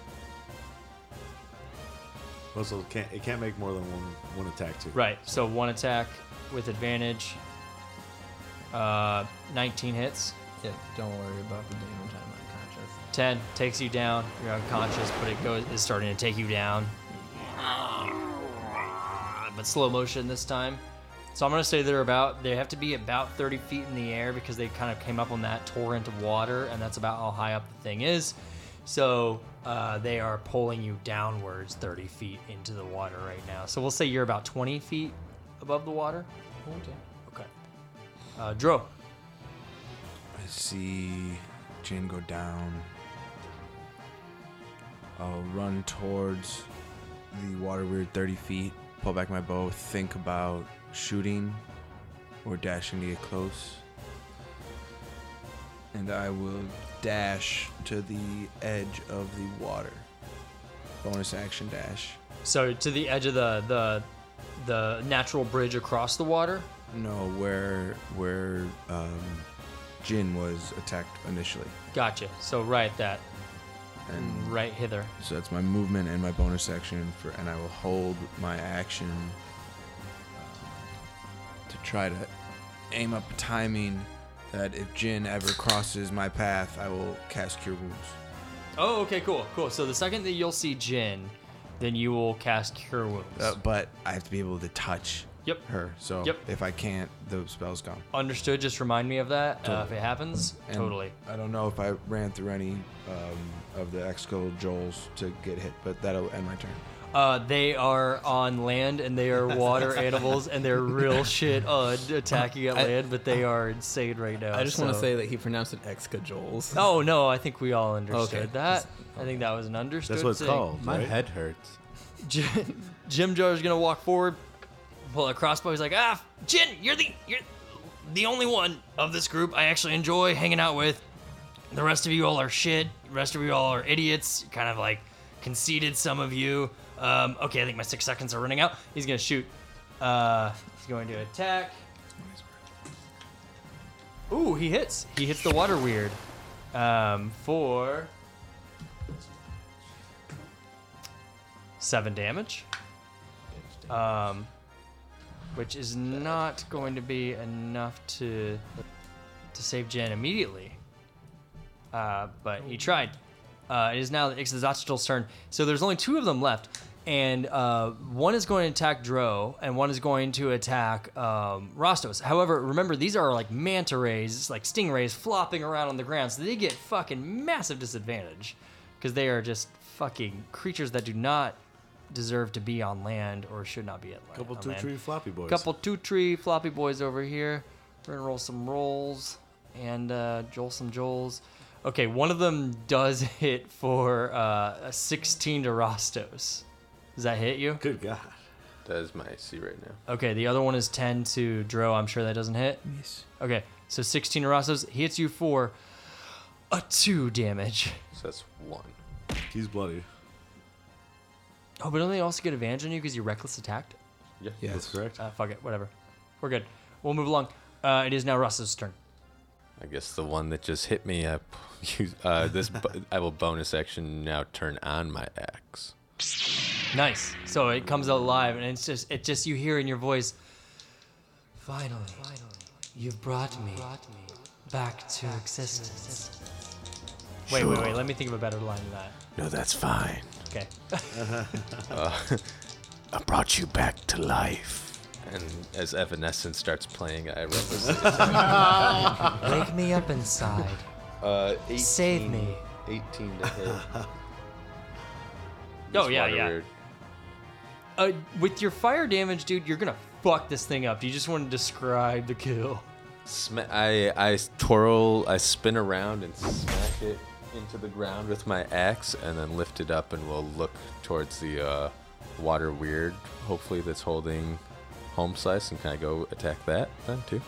Speaker 6: Also, can't it can't make more than one one attack too.
Speaker 4: Right. So one attack with advantage. Uh, 19 hits.
Speaker 8: Yeah, don't worry about the damage. I'm unconscious.
Speaker 4: 10 takes you down. You're unconscious, but it goes is starting to take you down. Uh, But slow motion this time. So I'm gonna say they're about they have to be about 30 feet in the air because they kind of came up on that torrent of water, and that's about how high up the thing is. So uh, they are pulling you downwards 30 feet into the water right now. So we'll say you're about 20 feet above the water. Okay. Uh, Dro.
Speaker 5: I see Jin go down. I'll run towards the water weird 30 feet, pull back my bow, think about shooting or dashing to get close. And I will dash to the edge of the water. Bonus action dash.
Speaker 4: So to the edge of the the the natural bridge across the water.
Speaker 5: No, where where um, Jin was attacked initially.
Speaker 4: Gotcha. So right that
Speaker 5: And
Speaker 4: right hither.
Speaker 5: So that's my movement and my bonus action for, and I will hold my action to try to aim up timing that if Jin ever crosses my path, I will cast Cure Wounds.
Speaker 4: Oh, okay, cool, cool. So the second that you'll see Jin, then you will cast Cure Wounds.
Speaker 5: Uh, but I have to be able to touch
Speaker 4: Oh. Yep.
Speaker 5: her. So
Speaker 4: Yep.
Speaker 5: if I can't, the spell's gone.
Speaker 4: Understood. Just remind me of that uh, if it happens.
Speaker 5: And
Speaker 4: totally.
Speaker 5: I don't know if I ran through any um, of the Excal Joels to get hit, but that'll end my turn.
Speaker 4: Uh, they are on land and they are water
Speaker 8: *laughs*
Speaker 4: animals and they're real shit uh, attacking at
Speaker 8: I-
Speaker 4: land, but they are insane right now.
Speaker 8: I just want to
Speaker 4: so-
Speaker 8: say that he pronounced it excajoles.
Speaker 4: *laughs* Oh no! I think we all understood
Speaker 8: Okay,
Speaker 4: that.
Speaker 8: just-
Speaker 4: I think that was an understood.
Speaker 6: That's what it's
Speaker 4: thing.
Speaker 6: called,
Speaker 9: My
Speaker 6: right?
Speaker 9: head hurts.
Speaker 4: Jim, Jim Jar's gonna walk forward, pull a crossbow. He's like, "Ah, Jin, you're the you're the only one of this group I actually enjoy hanging out with. The rest of you all are shit. The rest of you all are idiots. Kind of like conceited. Some of you. Um, okay, I think my six seconds are running out. He's gonna shoot. Uh, he's going to attack. Ooh, he hits. He hits the water weird. Um, for seven damage. Um, which is not going to be enough to to save Jen immediately. Uh, but he tried. Uh, it is now Ixazachital's turn. So there's only two of them left. And uh, one is going to attack Dro, and one is going to attack um, Rostos. However, remember, these are like manta rays, it's like stingrays flopping around on the ground. So they get fucking massive disadvantage because they are just fucking creatures that do not deserve to be on land or should not be at oh, land.
Speaker 6: Couple
Speaker 4: on
Speaker 6: two
Speaker 4: land.
Speaker 6: tree floppy boys.
Speaker 4: Couple two tree floppy boys over here. We're gonna roll some rolls, and uh, Joel some Joels. Okay, one of them does *laughs* hit for uh, a 16 to Rostos. Does that hit you?
Speaker 6: Good God.
Speaker 7: That is my C right now.
Speaker 4: Okay, the other one is 10 to Dro. I'm sure that doesn't hit.
Speaker 5: Yes.
Speaker 4: Okay, so 16 to Rostos. He hits you for a 2 damage.
Speaker 7: So that's one.
Speaker 6: He's bloody.
Speaker 4: Oh, but don't they also get advantage on you because you reckless attacked?
Speaker 6: That's correct.
Speaker 4: Uh, fuck it, whatever. We're good. We'll move along. Uh, it is now Rostos' turn.
Speaker 7: I guess the one that just hit me. I p- *laughs* use uh, this. bu- I will bonus action now turn on my axe.
Speaker 4: Nice. So it comes out live, and it's just it just you hear in your voice. Finally, you've brought me, back to existence. Wait, wait, wait. Let me think of a better line than that.
Speaker 9: No, that's fine. Uh,
Speaker 4: Okay.
Speaker 9: *laughs*
Speaker 4: *laughs*
Speaker 9: I uh, brought you back to life.
Speaker 7: And as Evanescence starts playing, I reckless.
Speaker 4: *laughs* Wake me up inside.
Speaker 7: uh, 18,
Speaker 4: Save me.
Speaker 7: 18 to hit.
Speaker 4: *laughs* Oh
Speaker 7: This
Speaker 4: yeah,
Speaker 7: water
Speaker 4: yeah.
Speaker 7: weird.
Speaker 4: Uh, with your fire damage, dude, you're gonna fuck this thing up. Do you just want to describe the kill?
Speaker 7: Sma- I I twirl, I spin around and smack it into the ground with my axe, and then lift it up, and we'll look towards the uh, water weird. Hopefully, that's holding home slice, and can I go attack that then too?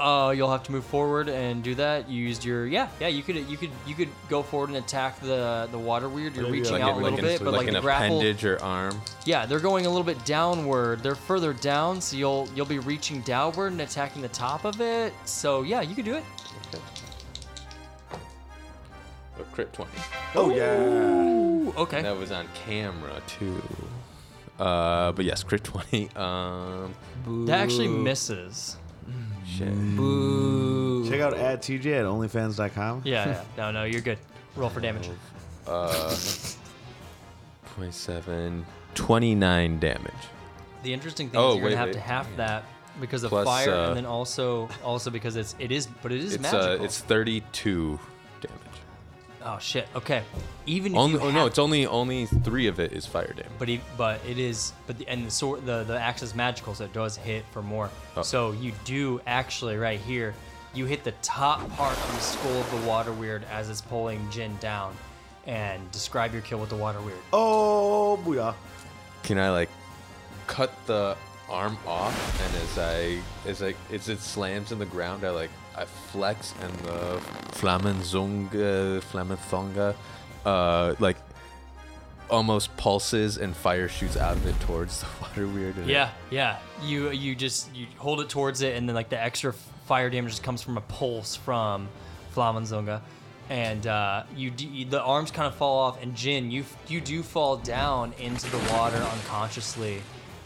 Speaker 4: Uh, you'll have to move forward and do that. You used your yeah, yeah. You could you could you could go forward and attack the the water weird. You're
Speaker 6: Maybe,
Speaker 4: reaching
Speaker 6: like,
Speaker 4: out
Speaker 6: it-
Speaker 4: a little
Speaker 7: an,
Speaker 4: bit, but like,
Speaker 7: an
Speaker 4: the grapple.
Speaker 7: appendage or arm.
Speaker 4: Yeah, they're going a little bit downward. They're further down, so you'll you'll be reaching downward and attacking the top of it. So yeah, you can do it.
Speaker 7: A crit twenty.
Speaker 6: Oh, yeah.
Speaker 4: Ooh, okay.
Speaker 7: That was on camera too. Uh, but yes, crit twenty. Um,
Speaker 4: That actually misses.
Speaker 7: shit.
Speaker 6: Check out at TJ at OnlyFans.com.
Speaker 4: Yeah, yeah. No, no, you're good. Roll for damage.
Speaker 7: Uh, 27, 29 damage.
Speaker 4: The interesting thing
Speaker 7: Oh,
Speaker 4: is you're
Speaker 7: wait,
Speaker 4: gonna have
Speaker 7: wait.
Speaker 4: to half that because of
Speaker 7: Plus,
Speaker 4: fire,
Speaker 7: uh,
Speaker 4: and then also also because it's it is but it is
Speaker 7: It's uh,
Speaker 4: magical.
Speaker 7: it's thirty-two damage.
Speaker 4: oh shit. Okay. Even if
Speaker 7: Only,
Speaker 4: you
Speaker 7: oh no,
Speaker 4: half-
Speaker 7: it's only only three of it is fire damage.
Speaker 4: But he, but it is but the, and the sword the the axe is magical, so it does hit for more.
Speaker 7: Oh.
Speaker 4: So you do actually right here, you hit the top part of the skull of the water weird as it's pulling Jin down, and describe your kill with the water weird.
Speaker 6: *laughs* Oh, booyah.
Speaker 7: Can I like cut the arm off? And as I as I as it slams in the ground, I like I flex and the flamenzunga flamethonga, uh, like almost pulses and fire shoots out of it towards the *laughs* water weird. and it-
Speaker 4: Yeah, yeah. You you just you hold it towards it, and then like the extra fire damage just comes from a pulse from Flamenzunga, and uh, you d- the arms kind of fall off, and Jin, you you do fall down into the water unconsciously.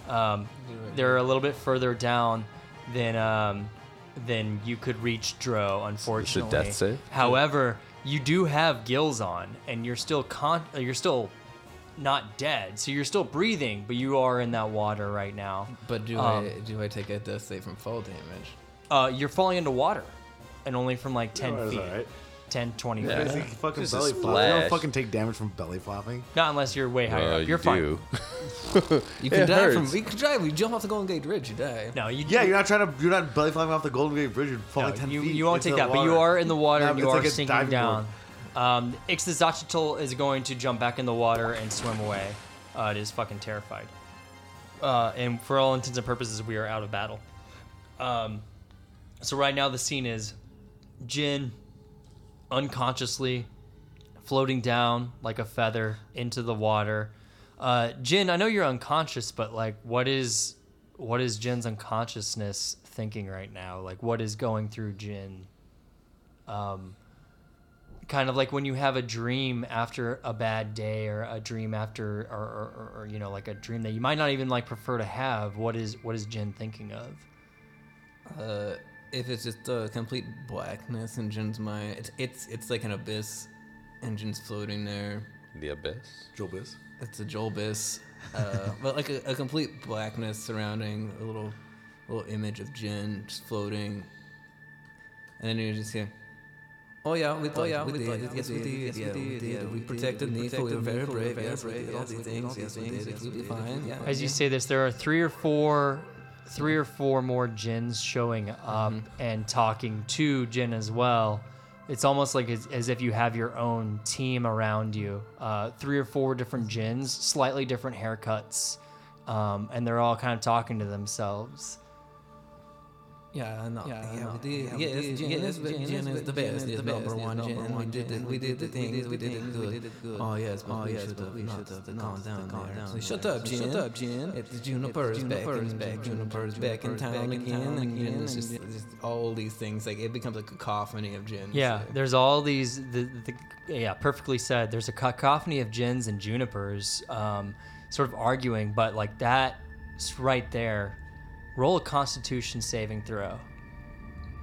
Speaker 4: Um, they're a little bit further down than um, than you could reach Dro, unfortunately.
Speaker 7: save?
Speaker 4: However, you do have gills on, and you're still con- uh, you're still not dead, so you're still breathing, but you are in that water right now.
Speaker 8: But do
Speaker 4: Um,
Speaker 8: I do I take a death save from fall damage?
Speaker 4: Uh, you're falling into water, and only from like 10
Speaker 6: That's
Speaker 4: feet,
Speaker 6: all right.
Speaker 4: 10, 20
Speaker 7: Yeah.
Speaker 4: feet.
Speaker 6: Crazy fucking
Speaker 7: Just a
Speaker 6: belly flopping. You don't
Speaker 7: splash.
Speaker 6: fucking take damage from belly flopping.
Speaker 4: Not unless you're way higher
Speaker 7: Uh,
Speaker 4: up. You're
Speaker 7: you
Speaker 4: fine. *laughs*
Speaker 7: do. *laughs*
Speaker 8: You can
Speaker 7: It
Speaker 8: die
Speaker 7: hurts.
Speaker 8: from you can die. You jump off the Golden Gate Bridge, you die.
Speaker 4: No, you
Speaker 6: Yeah, you're not trying to. You're not belly flopping off the Golden Gate Bridge. You're falling
Speaker 4: no,
Speaker 6: ten
Speaker 4: you,
Speaker 6: feet.
Speaker 4: you won't
Speaker 6: into
Speaker 4: take
Speaker 6: the
Speaker 4: that, but you
Speaker 6: water.
Speaker 4: are in the water
Speaker 6: No,
Speaker 4: and you
Speaker 6: it's
Speaker 4: are
Speaker 6: like a
Speaker 4: sinking
Speaker 6: diving
Speaker 4: down.
Speaker 6: board.
Speaker 4: Um, Ixtazachitl is going to jump back in the water and swim away. Uh, it is fucking terrified. Uh, and for all intents and purposes, we are out of battle. Um, so right now the scene is Jin unconsciously floating down like a feather into the water. Uh, Jin, I know you're unconscious, but like, what is what is Jin's unconsciousness thinking right now? Like, what is going through Jin? Um, kind of like when you have a dream after a bad day, or a dream after, or, or, or, or you know, like a dream that you might not even like prefer to have. What is what is Jin thinking of?
Speaker 8: Uh, if it's just uh, complete blackness in Jin's mind, it's it's it's like an abyss, and Jin's floating there.
Speaker 7: the abyss.
Speaker 6: Joel Biz.
Speaker 8: It's a Jolbis, uh, but like a, a complete blackness surrounding a little little image of Jin just floating, and then you just hear. Oh yeah, we oh yeah, we did, it, yes we did, yeah, we did, yeah, we protected Nico, we were very brave, yes we did all these things, yes we did, it will be fine, yeah.
Speaker 4: As you say this, there are three or four three or four more Jins showing up
Speaker 8: Mm-hmm.
Speaker 4: and talking to Jin as well. It's almost like as, as if you have your own team around you. Uh, three or four different Jins, slightly different haircuts, um, and they're all kind of talking to themselves.
Speaker 8: Yeah, no. Yeah, yeah, we did. Yeah, it's Jin is Jin is the best. It's number one Jin. We did it. We did the things. We did it good. Oh yes, but we should have. We should have calmed down. Calm down. Shut up, Jin. Shut up, Jin. It's Juniper is back. Juniper is back. Juniper is back in town again. And you know, it's just just all these things. Like it becomes a cacophony of Jin.
Speaker 4: Yeah, there's all these. The, the, yeah, perfectly said. There's a cacophony of gins and junipers, um, sort of arguing, but like that s- right there. Roll a Constitution saving throw.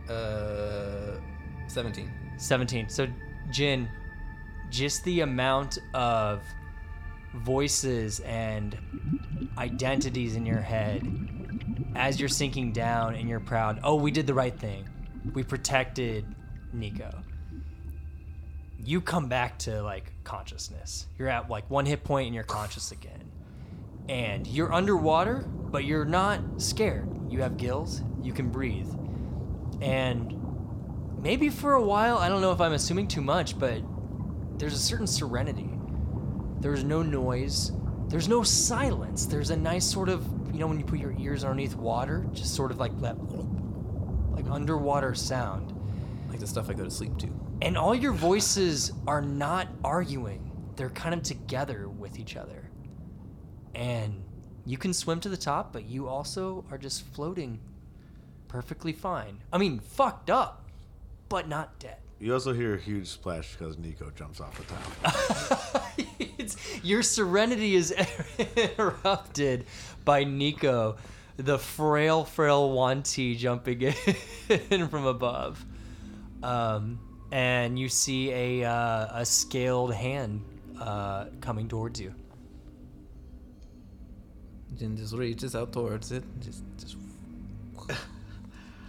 Speaker 8: Uh, seventeen.
Speaker 4: 17. So, Jin, just the amount of voices and identities in your head as you're sinking down and you're proud. Oh, we did the right thing. We protected Nico. You come back to like consciousness. You're at like one hit point and you're conscious again. And you're underwater, but you're not scared. You have gills, you can breathe. And maybe for a while i don't know if i'm assuming too much but there's a certain serenity there's no noise there's no silence there's a nice sort of you know when you put your ears underneath water just sort of like that like underwater sound
Speaker 8: Like the stuff I go to sleep to.
Speaker 4: and all your voices are not arguing they're kind of together with each other and you can swim to the top but you also are just floating perfectly fine i mean fucked up but not dead
Speaker 6: You also hear a huge splash because Nico jumps off the top.
Speaker 4: it's, your serenity is *laughs* interrupted by Nico, the frail, frail Wanti jumping *laughs* in from above. Um, and you see a, uh, a scaled hand uh, coming towards you.
Speaker 8: Jin just reaches out towards it. Just, *laughs* just.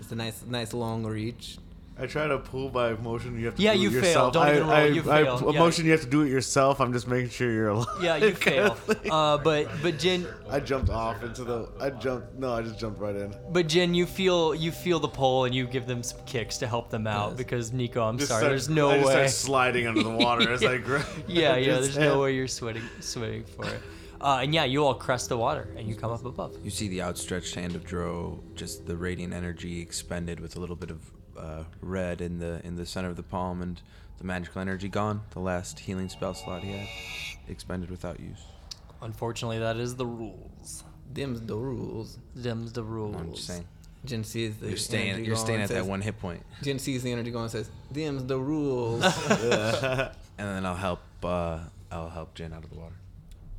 Speaker 8: it's a nice, nice long reach.
Speaker 6: I try to pull by motion. You have to
Speaker 4: Yeah,
Speaker 6: do
Speaker 4: you
Speaker 6: it
Speaker 4: fail.
Speaker 6: yourself.
Speaker 4: Don't
Speaker 6: I,
Speaker 4: even roll.
Speaker 6: I,
Speaker 4: You
Speaker 6: I,
Speaker 4: fail.
Speaker 6: a
Speaker 4: Yeah.
Speaker 6: motion you have to do it yourself. I'm just making sure you're alive. *laughs*
Speaker 4: Yeah, you fail. Uh, but but Jin,
Speaker 6: I jumped off into the. I jumped. No, I just jumped right in.
Speaker 4: but Jin, you feel you feel the pull, and you give them some kicks to help them out because Nico, I'm
Speaker 6: Just
Speaker 4: sorry,
Speaker 6: start-
Speaker 4: there's no
Speaker 6: I
Speaker 4: way.
Speaker 6: just started sliding under the water
Speaker 4: *laughs*
Speaker 6: as I grab.
Speaker 4: yeah,
Speaker 6: *laughs*
Speaker 4: yeah.
Speaker 6: just
Speaker 4: There's no
Speaker 6: had-
Speaker 4: way you're sweating, swimming for it. Uh, and yeah, you all crest the water and you come up above.
Speaker 5: You see the outstretched hand of Dro, just the radiant energy expended with a little bit of uh, red in the in the center of the palm, and the magical energy gone. The last healing spell slot he had expended
Speaker 6: *laughs*
Speaker 5: without use.
Speaker 4: Unfortunately, that is the rules.
Speaker 8: Them's the rules.
Speaker 4: Them's the rules.
Speaker 5: I'm just saying.
Speaker 8: Jin sees the
Speaker 5: You're staying.
Speaker 8: energy
Speaker 5: You're
Speaker 8: going
Speaker 5: staying
Speaker 8: and
Speaker 5: at that
Speaker 8: says-
Speaker 5: one hit point,
Speaker 8: Jin sees the energy going and says, "Them's the
Speaker 5: *laughs*
Speaker 4: *laughs*
Speaker 8: rules."
Speaker 5: and then I'll help. Uh, I'll help Jin out of the water.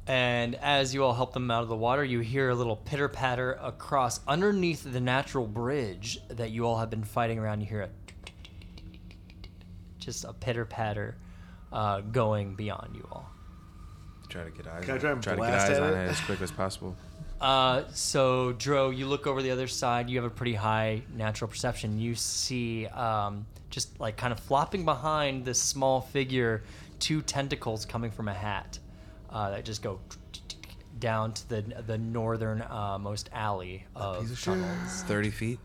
Speaker 4: And as you all help them out of the water, you hear a little pitter patter across underneath the natural bridge that you all have been fighting around. You hear a just a pitter patter uh, going beyond you all.
Speaker 5: Try to get eyes.
Speaker 6: Can I
Speaker 5: on-
Speaker 6: try and
Speaker 5: try
Speaker 6: blast
Speaker 5: to get eyes
Speaker 6: at
Speaker 5: on
Speaker 6: it?
Speaker 5: it as quick
Speaker 6: *laughs*
Speaker 5: as possible.
Speaker 4: Uh, so, Dro, you look over the other side. You have a pretty high natural perception. You see, um, just like kind of flopping behind this small figure, two tentacles coming from a hat uh, that just go down to the the northern uh, most alley of tunnels.
Speaker 5: It's Thirty feet.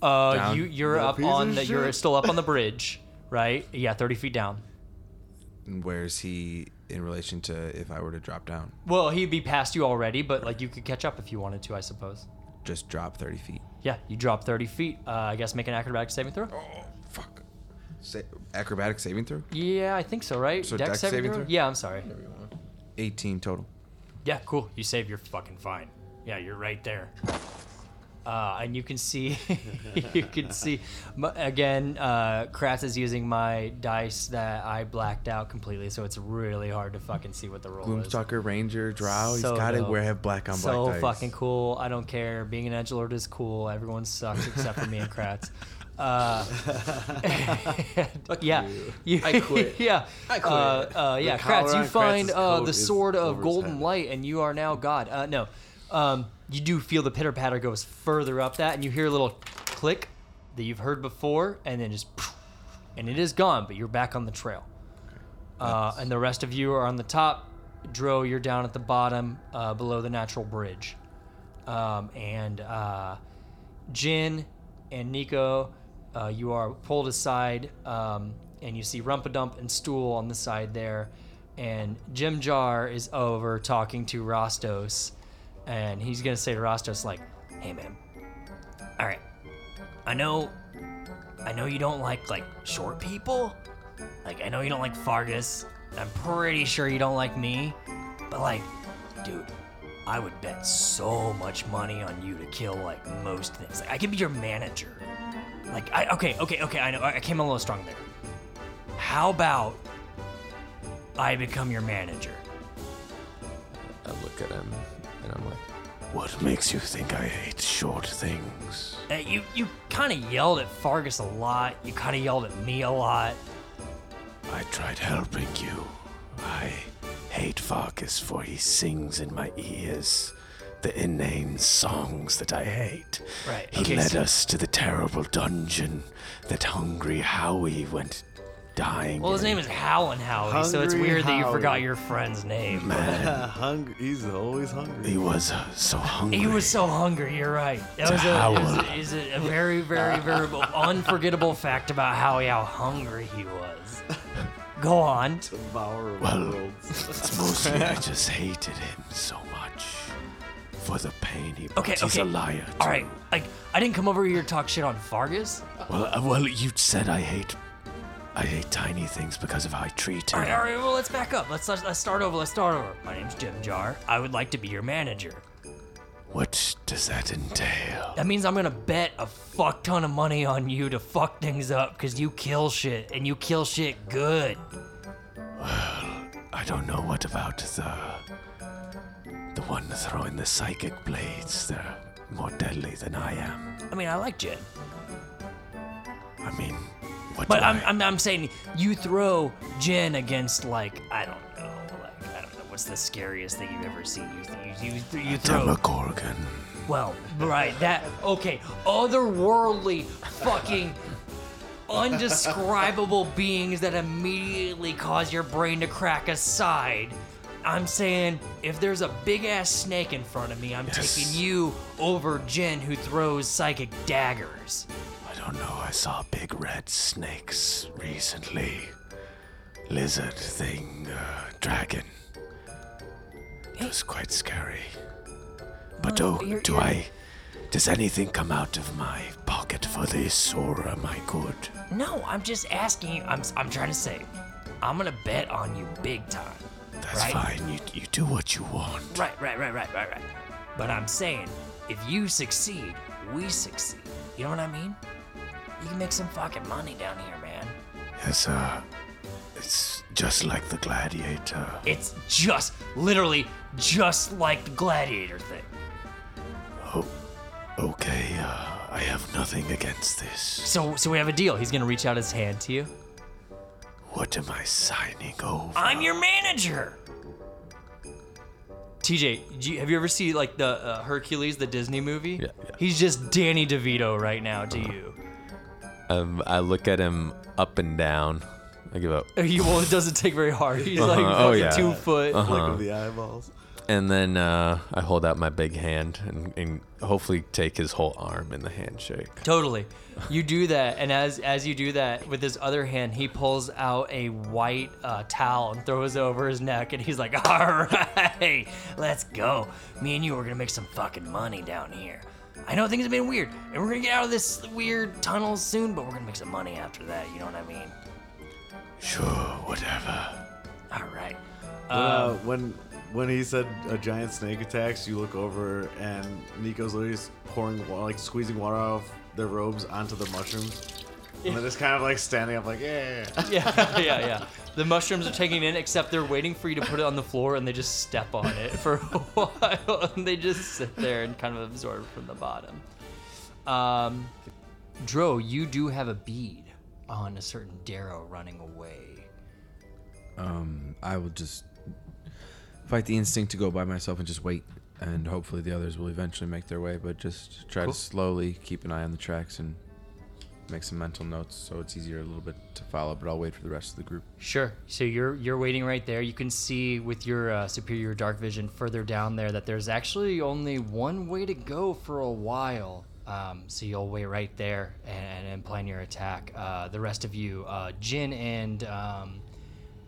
Speaker 4: Uh,
Speaker 5: Down.
Speaker 4: you you're
Speaker 6: That
Speaker 4: up
Speaker 6: piece
Speaker 4: on
Speaker 6: of
Speaker 4: the, you're
Speaker 6: shit.
Speaker 4: still up on the bridge, right? Yeah, thirty feet down.
Speaker 5: And where is he in relation to if I were to drop down?
Speaker 4: Well, he'd be past you already, but like you could catch up if you wanted to, I suppose.
Speaker 5: Just drop thirty feet.
Speaker 4: Yeah, you drop thirty feet. Uh, I guess make an acrobatic saving throw.
Speaker 5: Oh fuck! Sa- acrobatic saving throw.
Speaker 4: Yeah, I think so, right?
Speaker 5: So
Speaker 4: Dex
Speaker 5: dex saving throw?
Speaker 4: Yeah, I'm sorry.
Speaker 5: Eighteen total.
Speaker 4: Yeah, cool. You save, you're fucking fine. Yeah, you're right there. Uh, and you can see, *laughs* you can see, m- again, uh, Kratz is using my dice that I blacked out completely, so it's really hard to fucking see what the roll is.
Speaker 5: Gloomstalker, Ranger, Drow.
Speaker 4: So
Speaker 5: Oh, he's got it
Speaker 4: dope.
Speaker 5: where I have black on black
Speaker 4: so
Speaker 5: dice.
Speaker 4: fucking cool. I don't care. Being an edge lord is cool. Everyone sucks except for me and Kratz. Uh, *laughs* yeah, you.
Speaker 8: I quit.
Speaker 4: *laughs* yeah,
Speaker 8: I quit.
Speaker 4: Uh, uh, yeah,
Speaker 6: collar
Speaker 4: Kratz, you
Speaker 6: on Kratz's
Speaker 4: find uh,
Speaker 6: coat
Speaker 4: the
Speaker 6: is
Speaker 4: sword
Speaker 6: over
Speaker 4: of
Speaker 6: his
Speaker 4: golden
Speaker 6: head.
Speaker 4: light, and you are now god. Uh, no, um, you do feel the pitter patter goes further up that, and you hear a little click that you've heard before, and then just, and it is gone. But you're back on the trail. Uh, and the rest of you are on the top. Dro, you're down at the bottom, uh, below the natural bridge.
Speaker 11: Um, and uh, Jin and Nico, uh, you are pulled aside, um, and you see Rumpadump and Stool on the side there. And Jim Jar is over talking to Rostos, and he's gonna say to Rostos like, "Hey man, all right, I know, I know you don't like like short people. Like I know you don't like Fargus. I'm pretty sure you don't like me, but like, dude, I would bet so much money on you to kill like most things. Like I could be your manager. Like I okay okay okay I know I I came a little strong there. How about I become your manager?
Speaker 7: I look at him and I'm like,
Speaker 9: What makes you think I hate short things?
Speaker 11: Uh, you you kind of yelled at Fargus a lot. You kind of yelled at me a lot.
Speaker 9: I tried helping you. I hate Farkas for he sings in my ears the inane songs that I hate.
Speaker 11: Right,
Speaker 9: He
Speaker 11: okay,
Speaker 9: led
Speaker 11: so-
Speaker 9: us to the terrible dungeon that hungry Howie went dying.
Speaker 11: Well, his
Speaker 9: in.
Speaker 11: name is Howlin' Howie, so it's
Speaker 6: Hungry
Speaker 11: weird that you
Speaker 6: Howie.
Speaker 11: forgot your friend's name.
Speaker 4: *laughs*
Speaker 6: hungry. He's always hungry.
Speaker 9: He was uh, so hungry.
Speaker 11: He was so hungry. You're right. That
Speaker 9: To
Speaker 11: was a, it was,
Speaker 9: howl.
Speaker 11: is a, a very, very, very unforgettable fact about Howie how hungry he was. Go on.
Speaker 6: Devourer of
Speaker 9: Well-
Speaker 6: worlds.
Speaker 9: It's mostly I just hated him so much for the pain he.
Speaker 11: Okay,
Speaker 9: He's
Speaker 11: okay.
Speaker 9: a liar.
Speaker 11: All right. Like I didn't come over here to talk shit on Fargus.
Speaker 9: Well, uh, well, you said I hate, I hate tiny things because of how I treat
Speaker 11: All
Speaker 9: him.
Speaker 11: right. All right. Well, let's back up. Let's let's, let's start over. Let's start over. My name's Jim Jar. I would like to be your manager.
Speaker 9: What does that entail?
Speaker 11: That means I'm gonna bet a fuck ton of money on you to fuck things up because you kill shit and you kill shit good.
Speaker 9: I don't know. What about the, the one throwing the psychic blades? They're more deadly than I am.
Speaker 11: I mean, I like Jim.
Speaker 9: I mean, what
Speaker 11: But
Speaker 9: do
Speaker 11: I'm,
Speaker 9: I-
Speaker 11: I'm, I'm saying you throw Jen against like I don't know, like I don't know what's the scariest thing you've ever seen. You th- you you, th- you throw
Speaker 9: Demogorgon.
Speaker 11: well right that oh, okay otherworldly fucking undescribable *laughs* beings that immediately cause your brain to crack aside. I'm saying if there's a big ass snake in front of me, I'm
Speaker 9: Yes.
Speaker 11: taking you over Jen who throws psychic daggers.
Speaker 9: I don't know. I saw big red snakes recently. Lizard thing, uh, dragon. It was quite scary. But do
Speaker 11: you're-
Speaker 9: do
Speaker 11: you're-
Speaker 9: I? Does anything come out of my pocket for this, or am I good?
Speaker 11: No, I'm just asking you. I'm, I'm trying to say, I'm gonna bet on you big time.
Speaker 9: That's
Speaker 11: right?
Speaker 9: fine. You you do what you want.
Speaker 11: Right, right, right, right, right, right. But I'm saying, if you succeed, we succeed. You know what I mean? You can make some fucking money down here, man.
Speaker 9: Yes, uh, it's just like the gladiator.
Speaker 11: It's just, literally, just like the gladiator thing.
Speaker 9: Okay, uh, I have nothing against this.
Speaker 11: So, so we have a deal. He's gonna reach out his hand to you.
Speaker 9: What am I signing over?
Speaker 11: I'm your manager. TJ, do you, have you ever seen like the uh, Hercules, the Disney movie?
Speaker 7: Yeah, yeah.
Speaker 11: He's just Danny DeVito right now to you.
Speaker 7: um, I look at him up and down. I give up.
Speaker 11: *laughs* He well, it doesn't take very hard. He's like
Speaker 7: Uh-huh. Oh,
Speaker 11: fucking
Speaker 7: yeah. Uh-huh.
Speaker 11: two foot.
Speaker 6: Flick of the eyeballs.
Speaker 7: And then uh, I hold out my big hand and, and hopefully take his whole arm in the handshake.
Speaker 11: Totally. You do that, and as as you do that, with his other hand, he pulls out a white uh, towel and throws it over his neck, and he's like, "All right, let's go. Me and you are gonna make some fucking money down here. I know things have been weird, and we're gonna get out of this weird tunnel soon, but we're gonna make some money after that. You know what I mean?
Speaker 9: Sure, whatever.
Speaker 11: All right.
Speaker 6: Uh,
Speaker 5: Um,
Speaker 6: when when he said a giant snake attacks, you look over and Nico's literally just pouring water, like squeezing water out of their robes onto the mushrooms. And they're just kind of like standing up, like, yeah.
Speaker 11: *laughs* Yeah, yeah, yeah. The mushrooms are taking it in, except they're waiting for you to put it on the floor, and they just step on it for *laughs* a while, and they just sit there and kind of absorb from the bottom. Um, Dro, you do have a bead on a certain Darrow running away.
Speaker 5: Um, I will just fight the instinct to go by myself and just wait, and hopefully the others will eventually make their way. But just try to slowly keep an eye on the tracks and make some mental notes so it's easier a little bit to follow. But I'll wait for the rest of the group.
Speaker 4: Sure. So you're you're waiting right there. You can see with your uh, superior dark vision further down there that there's actually only one way to go for a while. Um, so you'll wait right there and, and plan your attack. Uh, the rest of you, uh, Jin and um,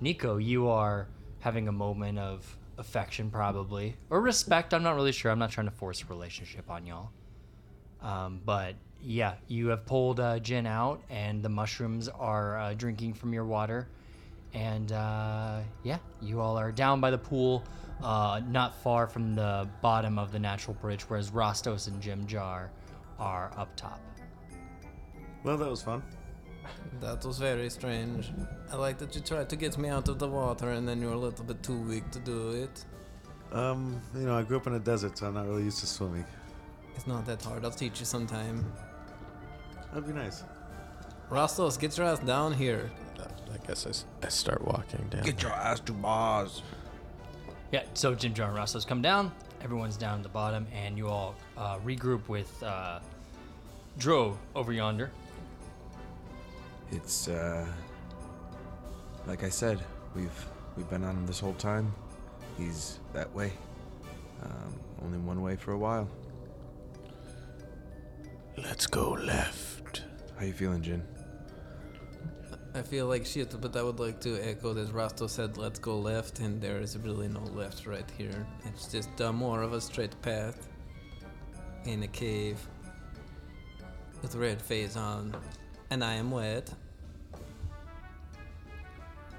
Speaker 4: Nico, you are having a moment of affection probably or respect. I'm not really sure. I'm not trying to force a relationship on y'all. Um, but yeah, you have pulled uh, Jin out, and the mushrooms are uh, drinking from your water. And uh, yeah, you all are down by the pool, uh, not far from the bottom of the natural bridge, whereas Rostos and Jim Jar are up top.
Speaker 6: Well, that was fun.
Speaker 8: That was very strange. I like that you tried to get me out of the water and then you were a little bit too weak to do it.
Speaker 6: Um, you know, I grew up in a desert, so I'm not really used to swimming.
Speaker 8: It's not that hard. I'll teach you sometime.
Speaker 6: That'd be nice.
Speaker 8: Rostos, get your ass down here.
Speaker 9: I guess I, s- I start walking down.
Speaker 5: your ass to Mars.
Speaker 4: Yeah, so Jim Jar and Rostos come down. Everyone's down at the bottom, and you all uh, regroup with uh, Dro over yonder.
Speaker 5: It's uh like I said, we've we've been on him this whole time. He's that way. Um, only one way for a while.
Speaker 9: Let's go left.
Speaker 5: How you feeling, Jin?
Speaker 8: I feel like shit, but I would like to echo that Rasto said, let's go left, and there is really no left right here. It's just uh, more of a straight path in a cave with red face on, and I am wet.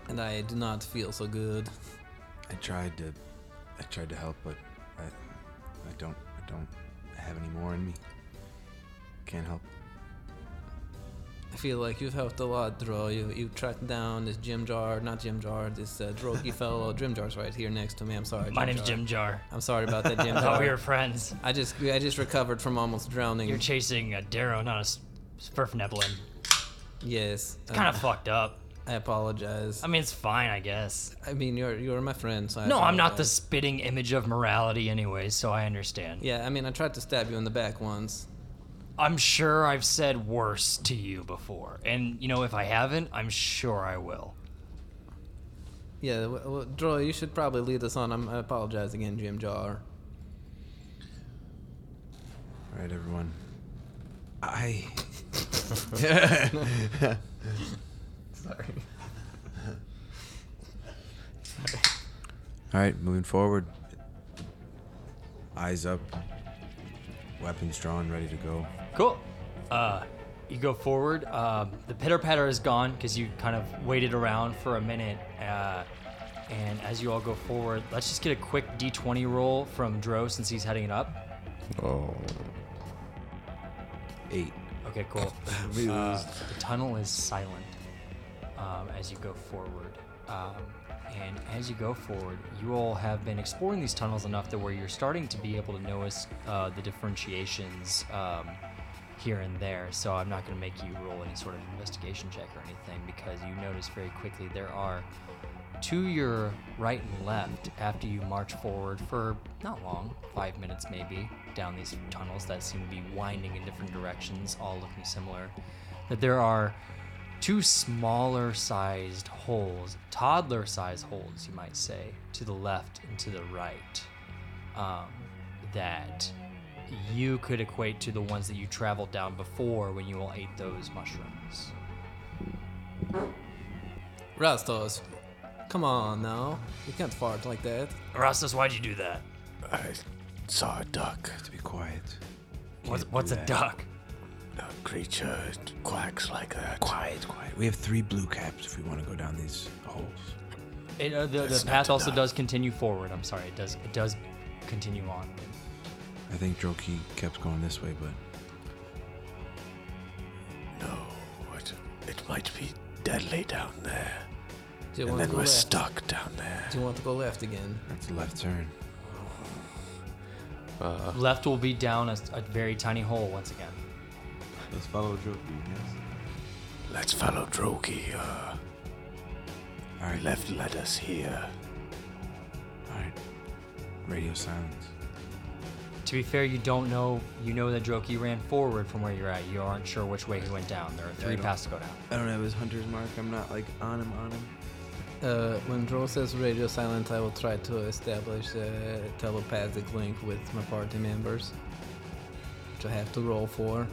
Speaker 8: And I do not feel so good.
Speaker 5: I tried to I tried to help, but I I don't I don't have any more in me. Can't help.
Speaker 8: I feel like you've helped a lot, Dro. You you tracked down this Jim Jar, not Jim Jar, this uh,
Speaker 4: *laughs*
Speaker 8: Drogi fellow. Jim Jar's right here next to me. I'm sorry.
Speaker 4: My name's Jim Jar.
Speaker 8: I'm sorry about that,
Speaker 4: *laughs*
Speaker 8: Jim
Speaker 4: I thought
Speaker 8: Jar.
Speaker 4: we were friends.
Speaker 8: I just I just recovered from almost drowning.
Speaker 4: You're chasing a Darrow, not a S- Sperfneblin.
Speaker 8: yes.
Speaker 4: Kind
Speaker 8: uh,
Speaker 4: of fucked up.
Speaker 8: I apologize.
Speaker 4: I mean, it's fine, I guess.
Speaker 8: I mean, you're you're my friend, so I
Speaker 4: No, I'm not the
Speaker 8: apologize.
Speaker 4: spitting image of morality, anyway, so I understand.
Speaker 8: Yeah, I mean, I tried to stab you in the back once.
Speaker 4: I'm sure I've said worse to you before. And, you know, if I haven't, I'm sure I will.
Speaker 8: Yeah, w- w- Dro, you should probably lead us on. I'm, I apologize again, Jim Jar.
Speaker 5: All right, everyone.
Speaker 9: *laughs*
Speaker 5: I *laughs*
Speaker 8: Sorry.
Speaker 5: All right, moving forward. Eyes up. Weapons drawn, ready to go.
Speaker 4: Cool. Uh, you go forward. Um, the pitter patter is gone because you kind of waited around for a minute. Uh, and as you all go forward, let's just get a quick d20 roll from Dro since he's heading it up.
Speaker 9: Oh,
Speaker 5: Eight.
Speaker 4: Okay, cool. Uh, the tunnel is silent um, as you go forward. Um, and as you go forward, you all have been exploring these tunnels enough that where you're starting to be able to notice uh, the differentiations um, here and there. So I'm not going to make you roll any sort of investigation check or anything because you notice very quickly there are to your right and left after you march forward for not long, five minutes maybe, down these tunnels that seem to be winding in different directions, all looking similar, that there are two smaller sized holes, toddler sized holes, you might say, to the left and to the right, um, that you could equate to the ones that you traveled down before when you all ate those mushrooms.
Speaker 8: Rastos, come on now. You can't fart like that.
Speaker 4: Rastas, why'd you do that?
Speaker 9: I saw a duck.
Speaker 5: To be quiet.
Speaker 4: What's, what's a duck?
Speaker 9: A creature it quacks like that. Quiet, quiet.
Speaker 5: We have three blue caps if we want to go down these holes.
Speaker 4: It, uh, the, the
Speaker 9: That's
Speaker 4: path
Speaker 9: not
Speaker 4: also
Speaker 9: enough.
Speaker 4: does continue forward. I'm sorry, it does it does continue on.
Speaker 5: I think Droki kept going this way, but
Speaker 9: No, it, it might be deadly down there.
Speaker 8: Do you
Speaker 9: and then
Speaker 8: want to go
Speaker 9: we're
Speaker 8: left?
Speaker 9: stuck down there.
Speaker 8: Do you want to go left again?
Speaker 5: that's a left turn.
Speaker 4: Left will be down a, a very tiny hole once again.
Speaker 6: Let's follow Joki, yes?
Speaker 9: Let's follow Drogi. Uh,
Speaker 5: All right,
Speaker 9: left led us here.
Speaker 5: All right. Radio silence.
Speaker 4: To be fair, you don't know. You know that Droki ran forward from where you're at. You aren't sure which way he went down. There are three
Speaker 5: don't-
Speaker 4: paths to go down.
Speaker 5: I don't have his hunter's mark. I'm not like on him, on him.
Speaker 8: Uh, when Droll says radio silence, I will try to establish a telepathic link with my party members, which I have to roll for.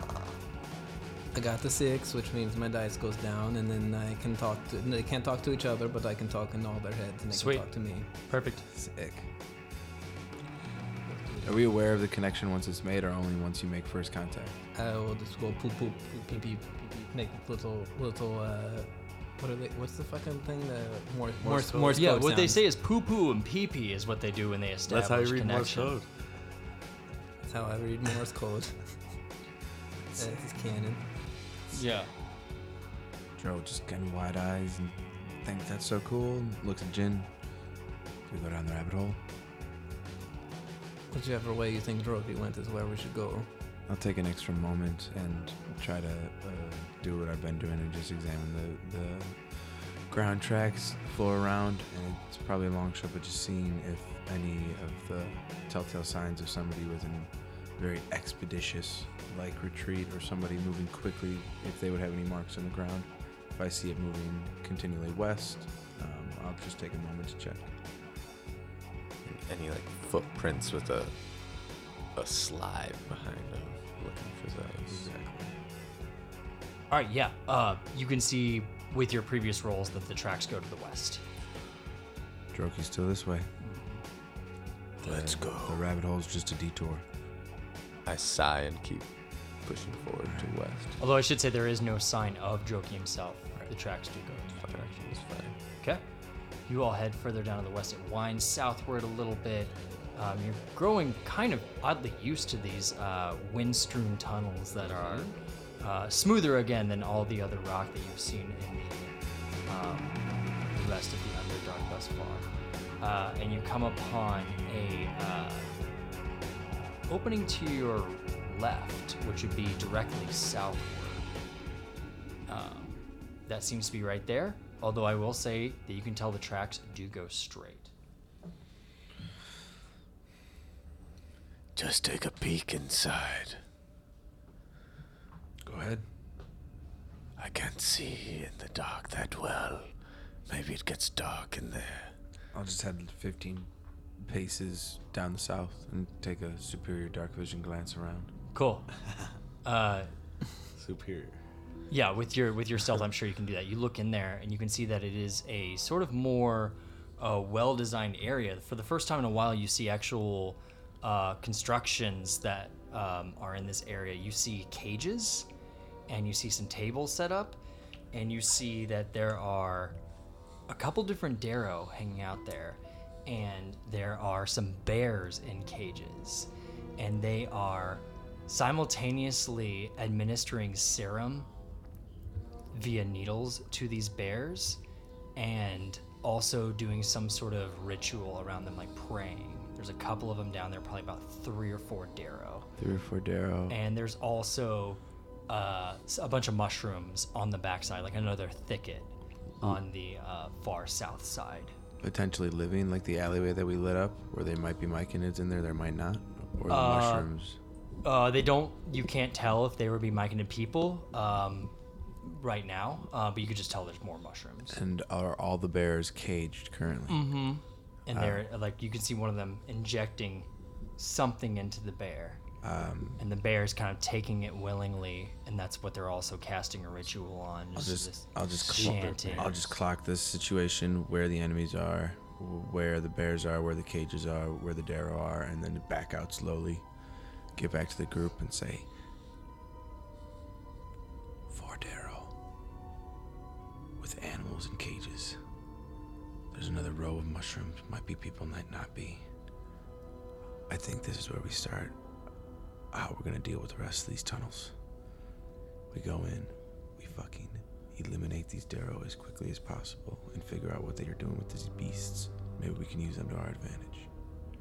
Speaker 8: I got the six, which means my dice goes down, and then I can talk to. They can't talk to each other, but I can talk in all their heads, and they
Speaker 4: Sweet.
Speaker 8: can talk to me.
Speaker 4: Perfect.
Speaker 5: Sick. Are we aware of the connection once it's made, or only once you make first contact?
Speaker 8: I will Uh, just go poop, poop, poop, pee, pee, pee, pee, make little, little. uh... What are they? What's the fucking thing? The Morse, Morse, Morse
Speaker 4: yeah,
Speaker 8: code
Speaker 4: what they
Speaker 8: sounds.
Speaker 4: say is poo poo and pee pee is what they do when they establish
Speaker 6: That's how you read Morse
Speaker 4: connection.
Speaker 6: code.
Speaker 8: That's how I read Morse *laughs* code. That's canon.
Speaker 4: Yeah.
Speaker 5: Joe just getting wide eyes and thinks that's so cool. Looks at Jin. We go down the rabbit hole.
Speaker 8: Whichever way you think Drogi went is where we should go.
Speaker 5: I'll take an extra moment and try to uh, do what I've been doing and just examine the, the ground tracks, floor around, and it's probably a long shot, but just seeing if any of the telltale signs of somebody was in very expeditious, like retreat, or somebody moving quickly, if they would have any marks on the ground. If I see it moving continually west, um, I'll just take a moment to check.
Speaker 7: Any like footprints with a a slide behind them, looking for those.
Speaker 4: All right. Yeah. Uh, you can see with your previous rolls that the tracks go to the west.
Speaker 5: Droki's still this way.
Speaker 9: Let's go.
Speaker 5: The rabbit hole's just a detour.
Speaker 7: I sigh and keep pushing forward to west.
Speaker 4: Although I should say there is no sign of Droki himself. The tracks do go in that
Speaker 7: Okay,
Speaker 4: direction.
Speaker 7: it's fine.
Speaker 4: Okay. You all head further down to the west. It winds southward a little bit. Um, you're growing kind of oddly used to these uh, wind-strewn tunnels that are uh, smoother again than all the other rock that you've seen in the, um, the rest of the Underdark thus far. Uh, and you come upon a uh, opening to your left, which would be directly southward. Um, that seems to be right there. Although I will say that you can tell the tracks do go straight.
Speaker 9: Just take a peek inside.
Speaker 5: Go ahead.
Speaker 9: I can't see in the dark that well. Maybe it gets dark in there.
Speaker 5: I'll just head 15 paces down the south and take a superior dark vision glance around.
Speaker 4: Cool. *laughs* Uh,
Speaker 6: Superior.
Speaker 4: yeah, with your with your stealth, I'm sure you can do that. You look in there and you can see that it is a sort of more uh, well-designed area. For the first time in a while, you see actual uh, constructions that um, are in this area. You see cages, and you see some tables set up, and you see that there are a couple different Darrow hanging out there, and there are some bears in cages, and they are simultaneously administering serum via needles to these bears, and also doing some sort of ritual around them, like praying. There's a couple of them down there, probably about three or four Darrow
Speaker 5: *laughs* Three or four Darrow.
Speaker 4: and there's also uh, s- a bunch of mushrooms on the backside, like another thicket on the uh, far south side.
Speaker 5: Potentially living, like the alleyway that we lit up, where they might be myconids in there, there might not. Or the
Speaker 4: Uh,
Speaker 5: mushrooms.
Speaker 4: Uh, they don't, you can't tell if they would be micing people um, right now, uh, but you could just tell there's more mushrooms.
Speaker 5: And are all the bears caged currently?
Speaker 4: mm-hmm. And they're
Speaker 5: Ah.
Speaker 4: like, you can see one of them injecting something into the bear.
Speaker 5: Um,
Speaker 4: And the bear is kind of taking it willingly, and that's what they're also casting a ritual on.
Speaker 5: I'll
Speaker 4: is
Speaker 5: just,
Speaker 4: this
Speaker 5: I'll just, cl-
Speaker 4: chanting.
Speaker 5: I'll just clock this situation where the enemies are, where the bears are, where the cages are, where the Darrow are, and then back out slowly, get back to the group and say, for Darrow, with animals in cages. There's another row of mushrooms. Might be people, might not be. I think this is where we start. How we're gonna deal with the rest of these tunnels. We go in, we fucking eliminate these Darrow as quickly as possible and figure out what they are doing with these beasts. Maybe we can use them to our advantage.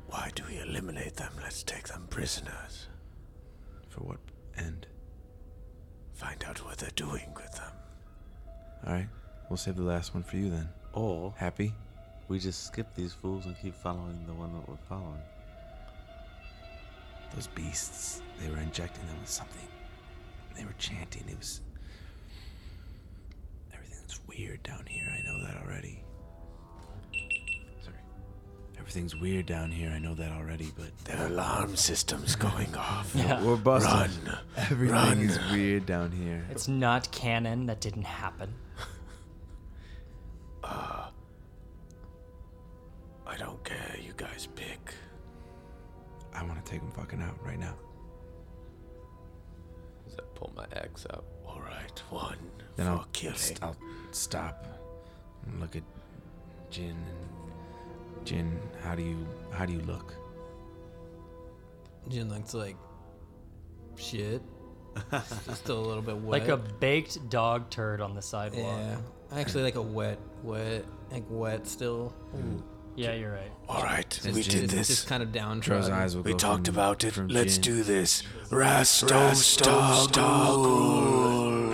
Speaker 9: Why do we eliminate them? Let's take them prisoners.
Speaker 5: For what end?
Speaker 9: Find out what they're doing with them.
Speaker 5: Alright, we'll save the last one for you then.
Speaker 6: Or
Speaker 5: Happy?
Speaker 6: we just skip these fools and keep following the one that we're following.
Speaker 5: Those beasts, they were injecting them with something. They were chanting. It was. Everything's weird down here. I know that already. Sorry. Everything's weird down here. I know that already, but.
Speaker 9: Their alarm system's
Speaker 5: *laughs*
Speaker 9: going off.
Speaker 5: We're busted.
Speaker 9: Run.
Speaker 5: Everything
Speaker 9: Run.
Speaker 5: is weird down here.
Speaker 4: It's not canon. That didn't happen.
Speaker 9: I don't care. You guys pick.
Speaker 5: I want to take them fucking out right now.
Speaker 7: As I pull my axe out. eh?
Speaker 9: All right, one
Speaker 5: Then
Speaker 9: for
Speaker 5: I'll,
Speaker 9: killing.
Speaker 5: st- I'll stop and look at Jin and Jin. How do you how do you look?
Speaker 8: Jin looks like *laughs* shit. Still a little bit wet.
Speaker 4: Like a baked dog turd on the sidewalk.
Speaker 8: yeah, actually like a wet, wet, like wet still.
Speaker 4: Yeah, you're right.
Speaker 9: All right, we
Speaker 8: Just-
Speaker 9: did this.
Speaker 8: Just kind of
Speaker 5: Tro's
Speaker 8: downtrodden.
Speaker 5: eyes will
Speaker 9: we
Speaker 5: go
Speaker 9: talked
Speaker 5: from-
Speaker 9: about it.
Speaker 5: from
Speaker 9: Let's
Speaker 5: Jin.
Speaker 9: do this. Rastos Dog Rule.